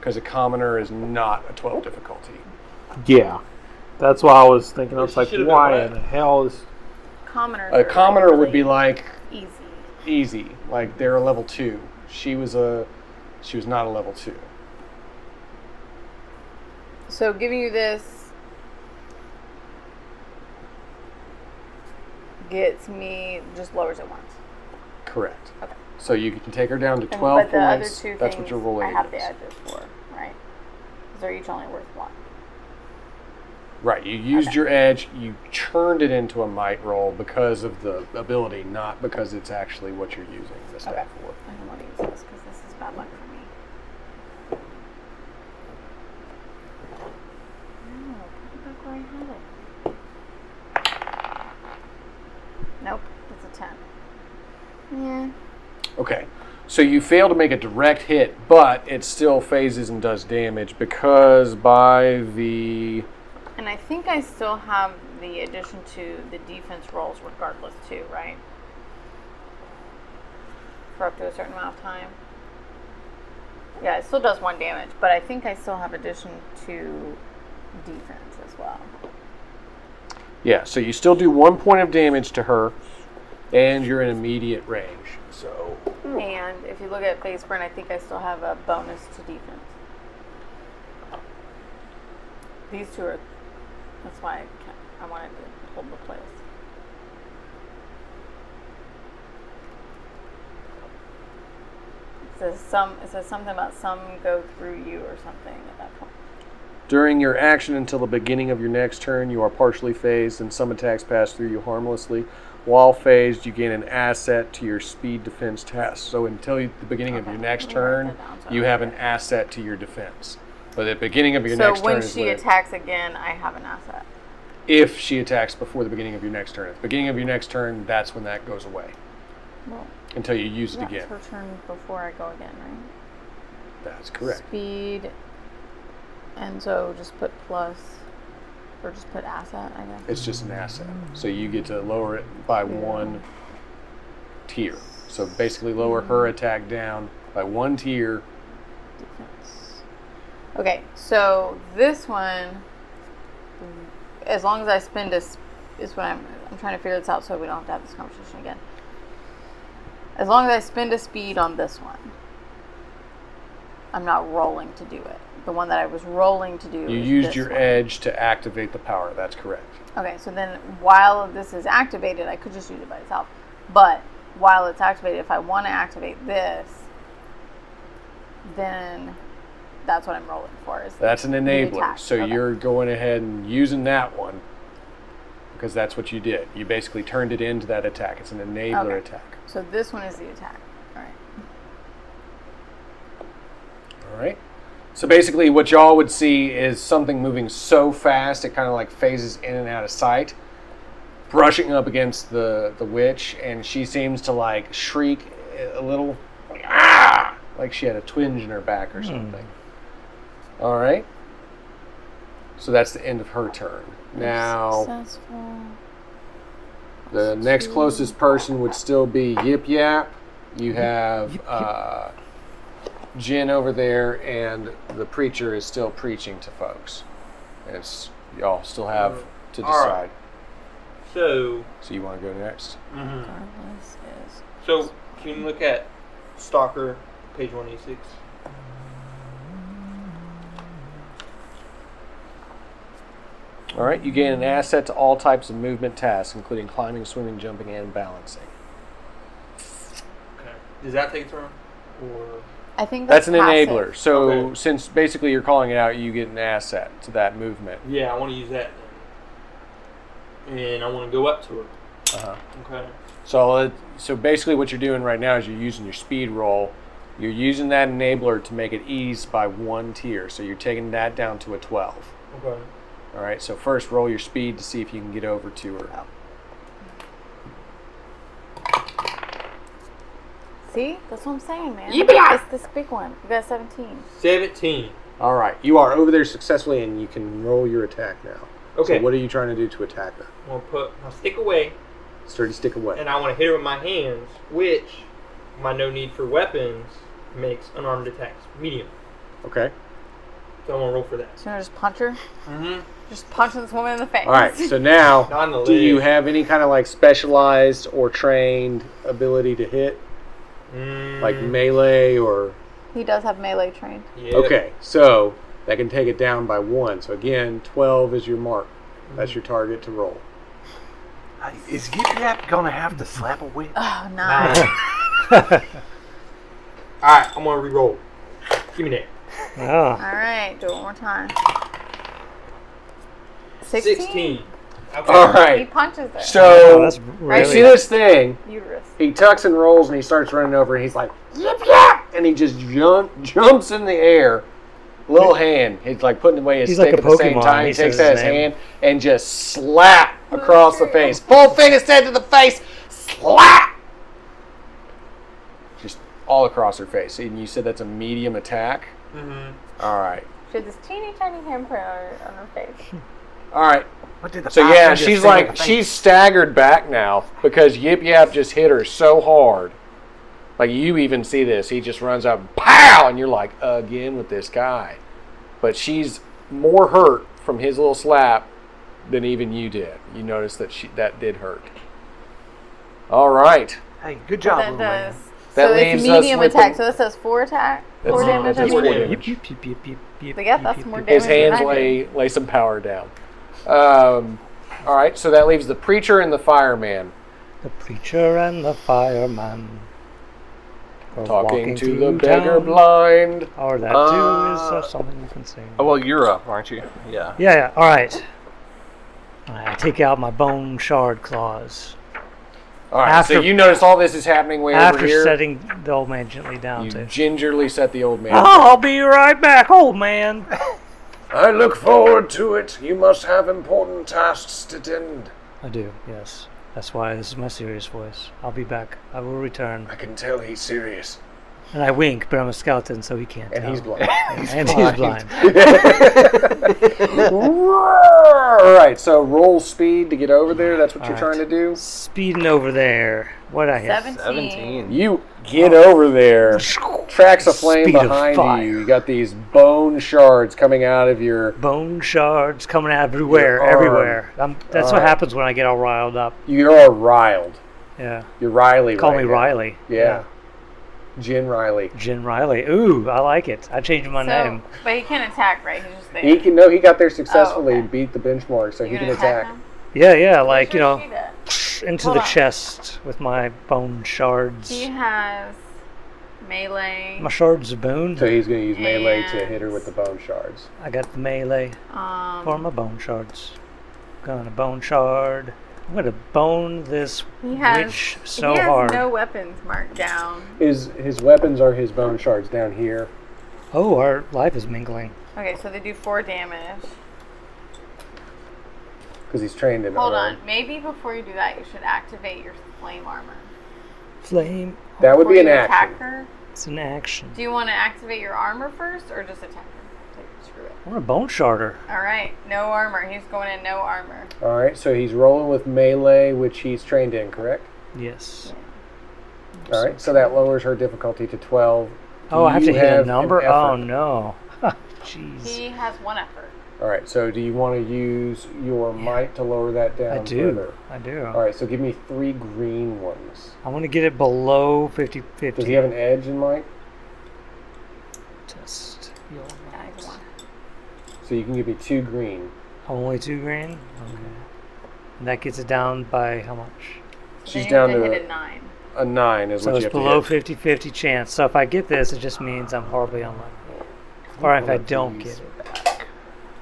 because a commoner is not a 12 difficulty.
Yeah. That's why I was thinking. I was
She
like,
should've been
why
right.
in the hell is.
commoners.
A
are, like,
commoner would be
really
like
easy.
easy, like they're a level 2. She was a she was not a level 2.
So giving you this gets me just lowers it once.
Correct.
Okay.
So you can take her down to
And-
12
but the other
points.
two
That's what
things
you're rolling.
I have the
against.
edges for, right? Because they're each only worth one.
Right, you used your edge, you churned it into a might roll because of the ability, not because it's actually what you're using the stat
Okay.
for.
I don't want to use this because this is bad luck for me. No, put it back where I had it. Nope, it's a ten. Yeah.
Okay. So you fail to make a direct hit, but it still phases and does damage because by the
And I think I still have the addition to the defense rolls regardless too, right? For up to a certain amount of time. Yeah, it still does one damage, but I think I still have addition to defense as well.
yeah, so you still do one point of damage to her, and you're in immediate range. So
And if you look at face burn, I think I still have a bonus to defense. These two are. That's why I, kept, I wanted to hold the place. says some. It says something about some go through you or something at that point.
During your action until the beginning of your next turn, you are partially phased, and some attacks pass through you harmlessly. While phased, you gain an asset to your speed defense test. So until you, the beginning of your next turn, you have an asset to your defense. But at the beginning of your next
So when
turn, is
she
when it-
attacks again, I have an asset.
if she attacks before the beginning of your next turn, at the beginning of your next turn, that's when that goes away
Well,
until you use it
yeah,
again.
it's her turn before I go again, right?
That's correct.
Speed. And so just put plus, or just put asset, I guess.
It's just an asset. So you get to lower it by one tier. So basically, lower her attack down by one tier.
defense. Okay, so this one, as long as I spend this, is what I'm, I'm trying to figure this out so we don't have to have this conversation again. As long as I spend a speed on this one, I'm not rolling to do it. The one that I was rolling to do.
You
is
used
this
your
one.
edge to activate the power. That's correct.
Okay, so then while this is activated, I could just use it by itself. But while it's activated, if I want to activate this, then that's what I'm rolling for. Is
That's an enabler.
attack,
So
okay.
you're going ahead and using that one because that's what you did. You basically turned it into that attack. It's an enabler
Okay.
attack.
So this one is the attack. All right.
All right. So basically, what y'all would see is something moving so fast it kind of like phases in and out of sight, brushing up against the the witch, and she seems to like shriek a little, like, ah, like she had a twinge in her back or something. All right. So that's the end of her turn. Now
Successful.
the next closest person would still be Yip Yap. You have uh, Jin over there, and the preacher is still preaching to folks. And it's y'all still have to
All
decide.
right. So,
So you want to go next?
Regardless is.
so can you look at Stalker, page 186?
All right. You gain an asset to all types of movement tasks, including climbing, swimming, jumping, and balancing.
Okay. Does that take a turn? Or
I think
That's
that's,
an
passive.
enabler. So
Okay.
since basically you're calling it out, you get an asset to that movement.
yeah, I want to use that. Then. And I want to go up to her.
Uh-huh.
Okay.
So it, so basically, what you're doing right now is you're using your speed roll. You're using that enabler to make it ease by one tier. So you're taking that down to a 12.
Okay.
All right. So first, roll your speed to see if you can get over to her.
See, that's what I'm saying, man.
Yippee!
It's this big one. You got 17.
17.
All right. You are over there successfully, and you can roll your attack now.
Okay.
So what are you trying to do to attack her?
I'm going to put my stick away,
Sturdy stick away.
and I want to hit her with my hands, which my no need for weapons makes unarmed attacks medium.
Okay.
So I want to roll for that.
So you wanna just punch her?
Mm-hmm.
Just punch this woman in the face.
All right. So now,
<laughs> Not in the
do
leg.
you have any kind of like specialized or trained ability to hit,
Mm,
like melee or?
<laughs> he does have melee trained.
yeah.
Okay, so that can take it down by one. So again, twelve is your mark. That's your target to roll.
Uh, Is Yip Yap gonna have to slap a whip?
<laughs>
Oh, nice.
Alright, I'm going to re-roll. Give me that.
Oh,
All right, do it one more time. 16.
16. Okay.
All
He
right.
punches her.
oh,
So
that's
you
really
see this thing?
Uterus.
He tucks and rolls, and he starts running over, and he's like, "Yip yip!" and he just jump, jumps in the air. Little hand, he's like putting away his
He's
stick
like a
at the same
Pokemon.
time. He,
He
takes
says
that
his name.
hand and just slap across the face. Full finger said to the face, slap. Just all across her face. And you said that's a medium attack.
Mm-hmm.
All right.
She had this teeny tiny handprint on her, on her face.
All right.
What did the
So
five
yeah,
fingers
she's
say to
like
the face?
she's staggered back now because Yip Yap just hit her so hard. Like you even see this, he just runs up, pow, and you're like again with this guy. But she's more hurt from his little slap than even you did. You notice that she that did hurt. All right,
Hey, good job,
That
little man.
does.
That
so
leaves
it's
us
medium
with
attack.
the-
So this says four attack.
That's-
Four damage.
that's
on
four
medium.
damage.
But yeah, that's more damage.
his
than
hands
I did.
lay lay some power down. Um, all right, so that leaves the preacher and the fireman.
the preacher and the fireman. Or
Talking
walking
to the
through
beggar Ah.
town.
blind.
Or that
Uh,
too is uh, something you can sing.
Oh, well, you're up, aren't you? Yeah.
Yeah, yeah, all right. I take out my bone shard claws.
All right. so
After-
you notice all this is happening way over
After
here.
setting the old man gently down
you
to.
gingerly set the old man.
Oh, I'll be right back, old man.
I look forward to it. You must have important tasks to tend.
I do, yes. That's why this is my serious voice. I'll be back. I will return.
I can tell he's serious,
And I wink, but I'm a skeleton, so he can't
and
tell.
he's blind.
<laughs> and he's blind.
all right. So roll speed to get over there. That's what
All
you're
right.
trying to do.
Speeding over there. What I hit?
17.
You get over there. Tracks of flame
Speed of
behind
fire.
you. You got these bone shards coming out of your.
Bone shards coming out everywhere,
Your arm.
everywhere. i that's what
Alright.
happens when I get all riled up.
You are riled.
Yeah.
You're Riley.
Call
right
me
now.
Riley.
Yeah. Jin Riley.
yeah. Jin Riley. Ooh, I like it. I changed my
So,
name.
but he can't attack, right? He's just there.
He can no. He got there successfully
Oh, okay.
and beat the benchmark, so
You
he
gonna
can attack.
him?
Yeah, yeah, like, you
Sure,
know,
she does.
into
Hold
the
on.
chest with my bone shards.
He has melee.
My shards of bone.
So he's going to use melee to
And-
hit her with the bone shards.
I got the melee
Um,
for my bone shards. Gonna bone shard. I'm gonna bone this
He has-
witch so
he has
hard.
no weapons marked down.
His his weapons are his bone shards down here.
Oh, our life is mingling.
Okay, so they do four damage.
Because he's trained in
Hold
armor.
on. Maybe before you do that, you should activate your flame armor.
Flame.
That would
Before
be an
you attack
action.
her.
It's an action.
Do you want to activate your armor first, or just attack her? Like, Screw it.
We're a bone sharder.
All right. No armor. He's going in no armor.
All right, so he's rolling with melee, which he's trained in, correct?
Yes.
All right, so that lowers her difficulty to 12.
Oh, I have
you
to hit
have
a
an
number.
effort?
Oh no. <laughs> Jeez.
He has one effort.
All right, so do you want to use your might to lower that down
I do.
further?
I do.
All right, so give me three green ones.
I want to get it below 50
Does
50.
he have an edge in might?
Test.
Yeah, I just want-
So you can give me two green.
Only two grand. Okay. And that gets it down by how much?
Then
She's
you have
down
to hit
to
a nine.
a nine, is
So
what
it's
you have
below
to hit.
50 50 chance. So if I get this, it just means I'm horribly unlucky. Or if I don't get it.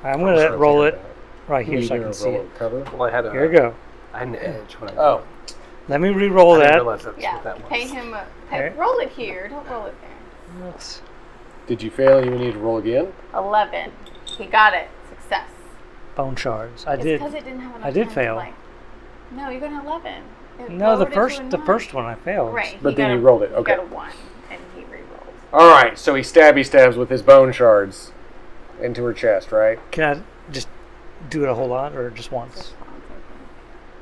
I'm going to roll it right here so I can see it.
Cover.
Well, I had a.
Here we go.
I had an edge when I.
Oh,
Let me
I
re-roll
didn't
that.
realize that's
Yeah.
what that was.
Pay him. A, pay,
Okay.
roll it here. Don't roll it there.
Let's-
did you fail? You need to roll again.
Eleven. He got it. Success.
Bone shards. I
It's
did.
because it didn't have enough
I did
time to,
fail.
like- no, you got an eleven. It
No, the
lowered it to
first
a
the
nine.
first one I failed.
Right.
But then
got
you
a-
rolled it,
he
okay.
got a one, and he re-rolled.
All right, so he stabby stabs with his bone shards into her chest, right?
Can I just do it a whole lot or just once?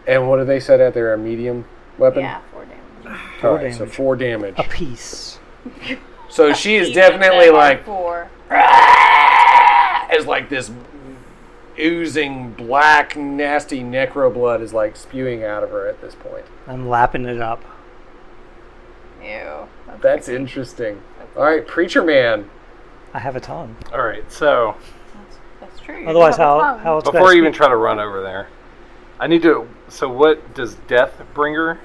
And what do they set out there? A medium weapon.
Yeah, four damage.
All
Four
right, so
damage.
four damage.
A piece.
So she
<laughs>
is
He went
definitely
down
like
four.
as like this oozing black nasty necro blood is like spewing out of her at this point.
I'm lapping it up.
Ew.
That's interesting. All right, preacher man.
I have a tongue.
All right, so
That's, that's true. You
Otherwise,
have a
how
tongue.
how it's
before you even try to run over there, I need to. So what does Deathbringer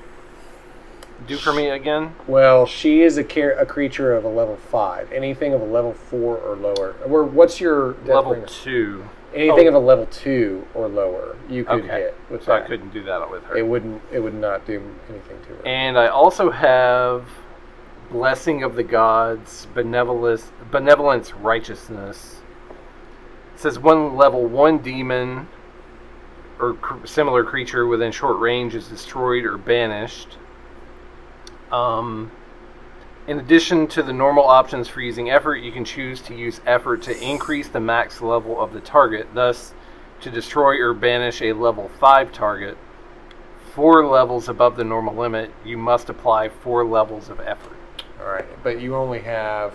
do for me again?
Well, she is a, care, a creature of a level five. Anything of a level four or lower. Or what's your death
Level
bringer?
two.
Anything
oh.
of a level two or lower, you could
Okay.
hit. With
So I
that.
couldn't do that with her.
It wouldn't. It would not do anything to her.
And I also have Blessing of the Gods, Benevolence, Benevolence Righteousness. It says one level one demon or cr- similar creature within short range is destroyed or banished. Um, in addition to the normal options for using effort, you can choose to use effort to increase the max level of the target, thus, to destroy or banish a level 5 target four levels above the normal limit, you must apply four levels of effort.
All right, but you only have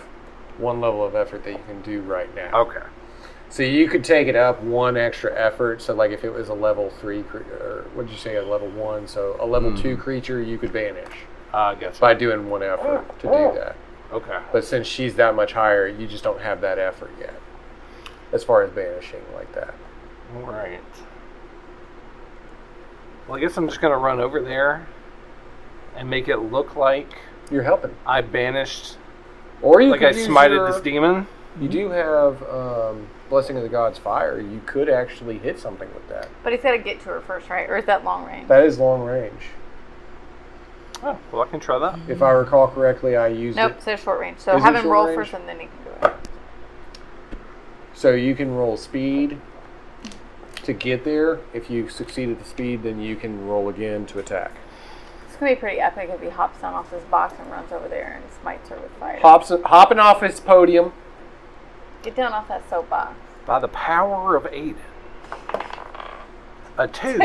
one level of effort that you can do right now.
Okay.
So you could take it up one extra effort. So like if it was a level three, cre- or what did you say, a level one? So a level
Hmm.
two creature you could banish
I guess.
by doing one effort to do that.
Okay.
But since she's that much higher, you just don't have that effort yet, as far as banishing like that.
All right. Well, I guess I'm just going to run over there and make it look like
You're helping.
I banished,
Or you
like I
could use
smited
your-
this demon.
You do have um, blessing of the gods fire. You could actually hit something with that.
But he's got to get to her first, right? Or is that long range?
That is long range.
Oh, well, I can try that.
If I recall correctly, I used
nope,
it.
so short range. So
Is
have
it
him
short
roll
range?
first, and then he can do it.
So you can roll speed to get there. If you succeed at the speed, then you can roll again to attack.
It's gonna be pretty epic if he hops down off this box and runs over there and smites her with fire.
Hops, hopping off his podium.
Get down off that
<laughs>
soapbox.
By the power of Aiden. A two.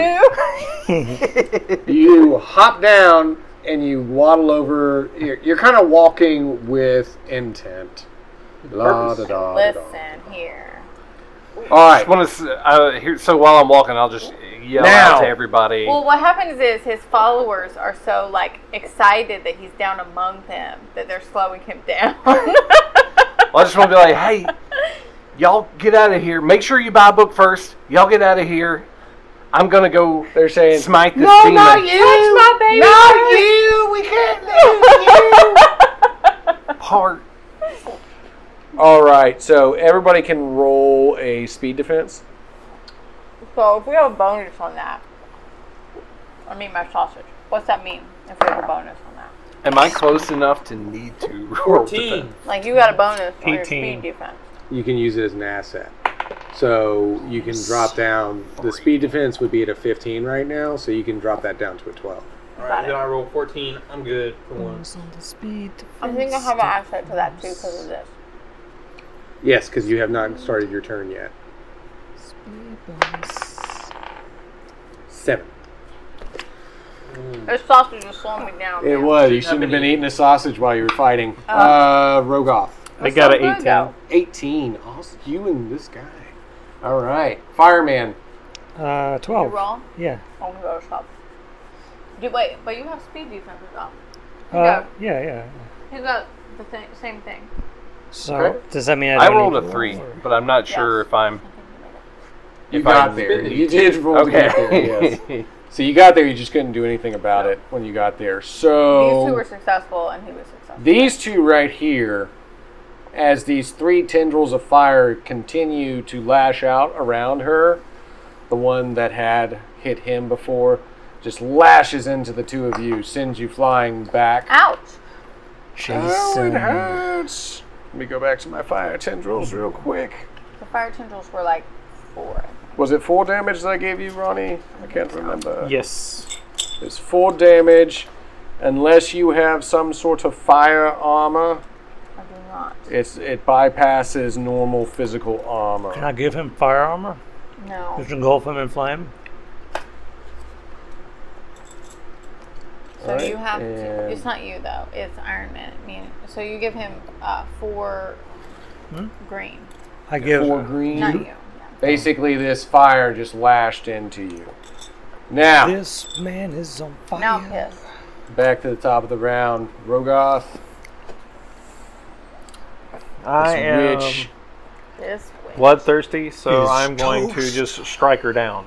you hop down and you waddle over. You're, you're kind of walking with intent. La da da. da, da.
Listen here.
All
I
right.
just want to. Uh, here, so while I'm walking, I'll just yell
Now.
out to everybody.
Well, what happens is his followers are so like excited that he's down among them that they're slowing him down. <laughs>
I just want to be like,
<laughs>
hey, y'all get out of here. Make sure you buy a book first. Y'all get out of here. I'm gonna go
They're saying
smite this
No,
demon.
not you.
Touch my baby
Not
girl.
you. We can't lose you.
Part.
All right. So everybody can roll a speed defense.
so if we have a bonus on that, I mean my sausage. What's that mean? If we have a bonus on that,
Am I close enough to need to <laughs> roll defense?
Fourteen.
like you got a bonus on your
18.
speed defense.
You can use it as an asset. So you can drop down. The speed defense would be at a 15 right now, so you can drop that down to a 12.
Alright, then I roll 14. I'm good for
Bonus
once.
on the speed defense.
I think I have an asset to that too because of this.
Yes, because you have not started your turn yet.
Speed bonus.
Seven.
This sausage is slowing me down.
It
man.
was. You shouldn't have been eating a sausage while you were fighting. Uh, Rogoth.
I got an 18.
18. Awesome. You and this guy. All right. Fireman.
Uh,
You
12.
roll.
Yeah.
Oh, we gotta stop. Do, wait, but you have speed defense as well.
Uh, yeah, yeah.
You got the th- same thing.
So,
Okay.
does that mean I,
I
don't
rolled
need
a
to roll
three,
for it?
but I'm not sure
Yes.
if I'm.
You
If I <laughs>
got there.
didn't-
You did roll to get there, <laughs> yes.
Okay.
So you got there. You just couldn't do anything about it when you got there. So
These two were successful, and he was successful.
These two right here, as these three tendrils of fire continue to lash out around her, the one that had hit him before just lashes into the two of you, sends you flying back.
Ouch!
Oh, it
Jason.
hurts. Let me go back to my fire tendrils real quick.
The fire tendrils were like four.
Was it four damage that I gave you, Ronnie? I can't remember.
yes.
It's four damage. Unless you have some sort of fire armor,
I do not.
It's it bypasses normal physical
Can
armor.
I give him fire armor?
No.
Which engulf him in flame?
So
Alright,
you have to.
and-
It's not you though. It's Iron Man. I mean, so you give him uh, four green.
I give.
Four green.
Not you. Yeah.
Basically, this fire just lashed into you. Now
This man is on fire.
Now I'm pissed.
back to the top of the round, Rogoth.
I am
This witch.
This way.
bloodthirsty, so
Is
I'm going to
toast.
just strike her down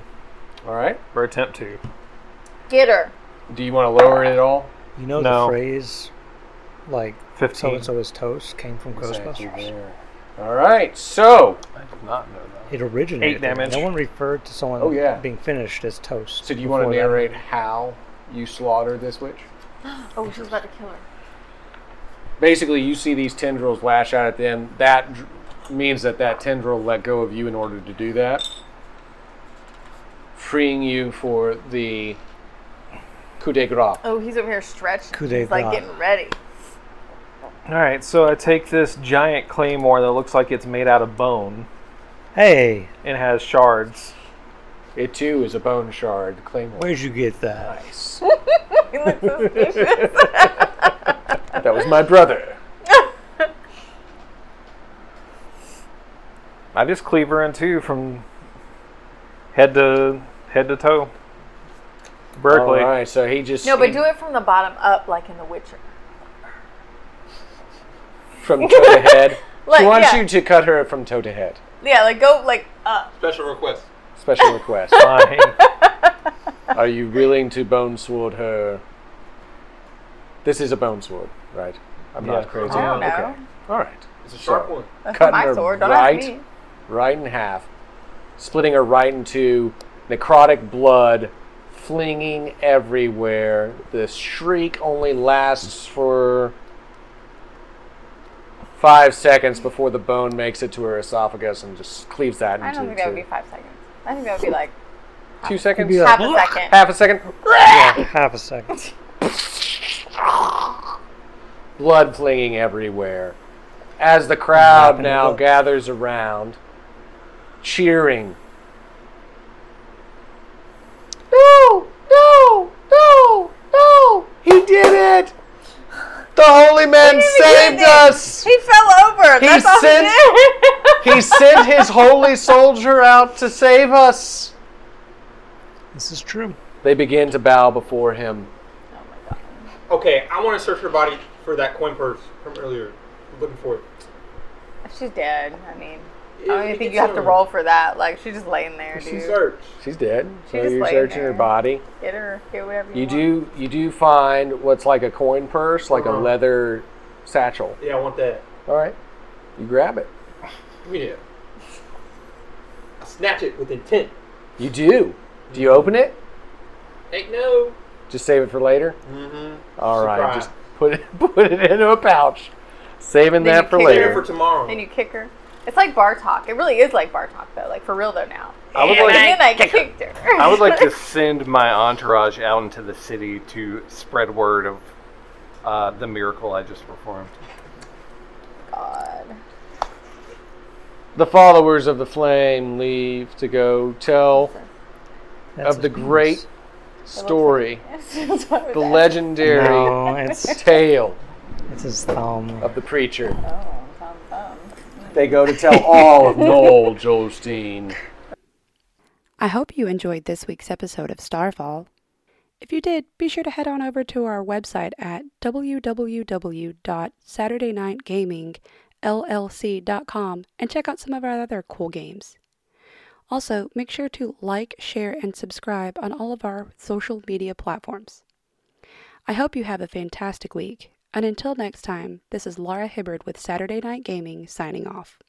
All right.
or attempt to.
Get her.
Do you want to lower it at all?
You know
No.
the phrase, like, so
15.
and so is toast, came from Ghostbusters?
There. All right. So
I did not know that.
It originated.
Eight
there.
damage.
No one referred to someone
Oh, yeah.
being finished as toast.
so do you want to
before that.
narrate how you slaughtered this witch?
Oh, she was about to kill her.
Basically, you see these tendrils lash out at them. That dr- means that that tendril let go of you in order to do that, freeing you for the coup de grace.
Oh, he's over here stretched.
Coup de
He's like
grace.
getting
<laughs>
ready.
All right, so I take this giant claymore that looks like it's made out of bone
Hey,
and has shards.
It too is a bone shard. Claymore.
where'd you get that?
Nice.
He looks suspicious.
That was my brother.
I just cleave her in two from head to head to toe. Berkeley.
All right, so he just
No, but do it from the bottom up, like in The Witcher. <laughs>
from toe to head.
Like,
he wants
yeah,
you to cut her from toe to head.
yeah, like go like up.
Special request.
Special
<laughs>
request.
Fine.
Are you willing to bone sword her This is a bone sword, right? I'm
Yeah.
not crazy.
I don't know.
Oh, Okay. All right.
It's a sharp
So-
one.
That's
Cutting
my
her
sword. Don't
right
ask me.
right in half, splitting her right in two, necrotic blood flinging everywhere. The shriek only lasts for five seconds before the bone makes it to her esophagus and just cleaves that into
I don't think
two.
that would be five seconds. I think that would be
<laughs>
like
two seconds.
It'd be like-
half a second.
Half a second.
<laughs> Half a second.
Blood flinging everywhere. As the crowd
Wrapping it
now
up.
gathers around, cheering. No! No! No! No! He did it! The holy man saved
did it!
us!
He fell over.
He
That's all
<laughs> sent-
he did. Oh,
He sent his holy soldier out to save us!
This is true.
They begin to bow before him.
Okay, I want to search her body for that coin purse from earlier. I'm looking for it.
She's dead. I mean, I
Yeah,
don't
we
even think
can
you have to
search.
roll for that. Like she's just laying there,
She
dude.
search.
She's dead.
She
so
just
you're
lay
searching her
there.
body.
Get her. Get whatever you,
You
want.
do you do find what's like a coin purse, like a
Uh-huh.
leather satchel.
Yeah, I want that.
All right, you grab it.
Give me that. I snatch it with intent.
You do. Do you open it?
Ain't no.
Just save it for later.
Mm-hmm.
All right,
Surprise.
just put it <laughs> put it into a pouch, saving
Then you
that for
kick it
Prepare
later.
for tomorrow.
Then you kick her. It's like bar talk. It really is like bar talk though. Like for real though now.
I would
And
like-
then I kicked her.
I would like
<laughs>
to send my entourage out into the city to spread word of uh, the miracle I just performed.
God. <laughs>
the followers of the flame leave to go tell
That's
of the
a penis.
great story,
That's what I was
the
asking.
legendary
No, it's
tale
it's his thumb.
of the preacher.
Oh, thumb, thumb.
They go to tell
<laughs>
all of Noel Jostein.
I hope you enjoyed this week's episode of Starfall. If you did, be sure to head on over to our website at www.saturdaynightgamingllc.com and check out some of our other cool games. Also, make sure to like, share, and subscribe on all of our social media platforms. I hope you have a fantastic week, and until next time, this is Laura Hibbard with Saturday Night Gaming signing off.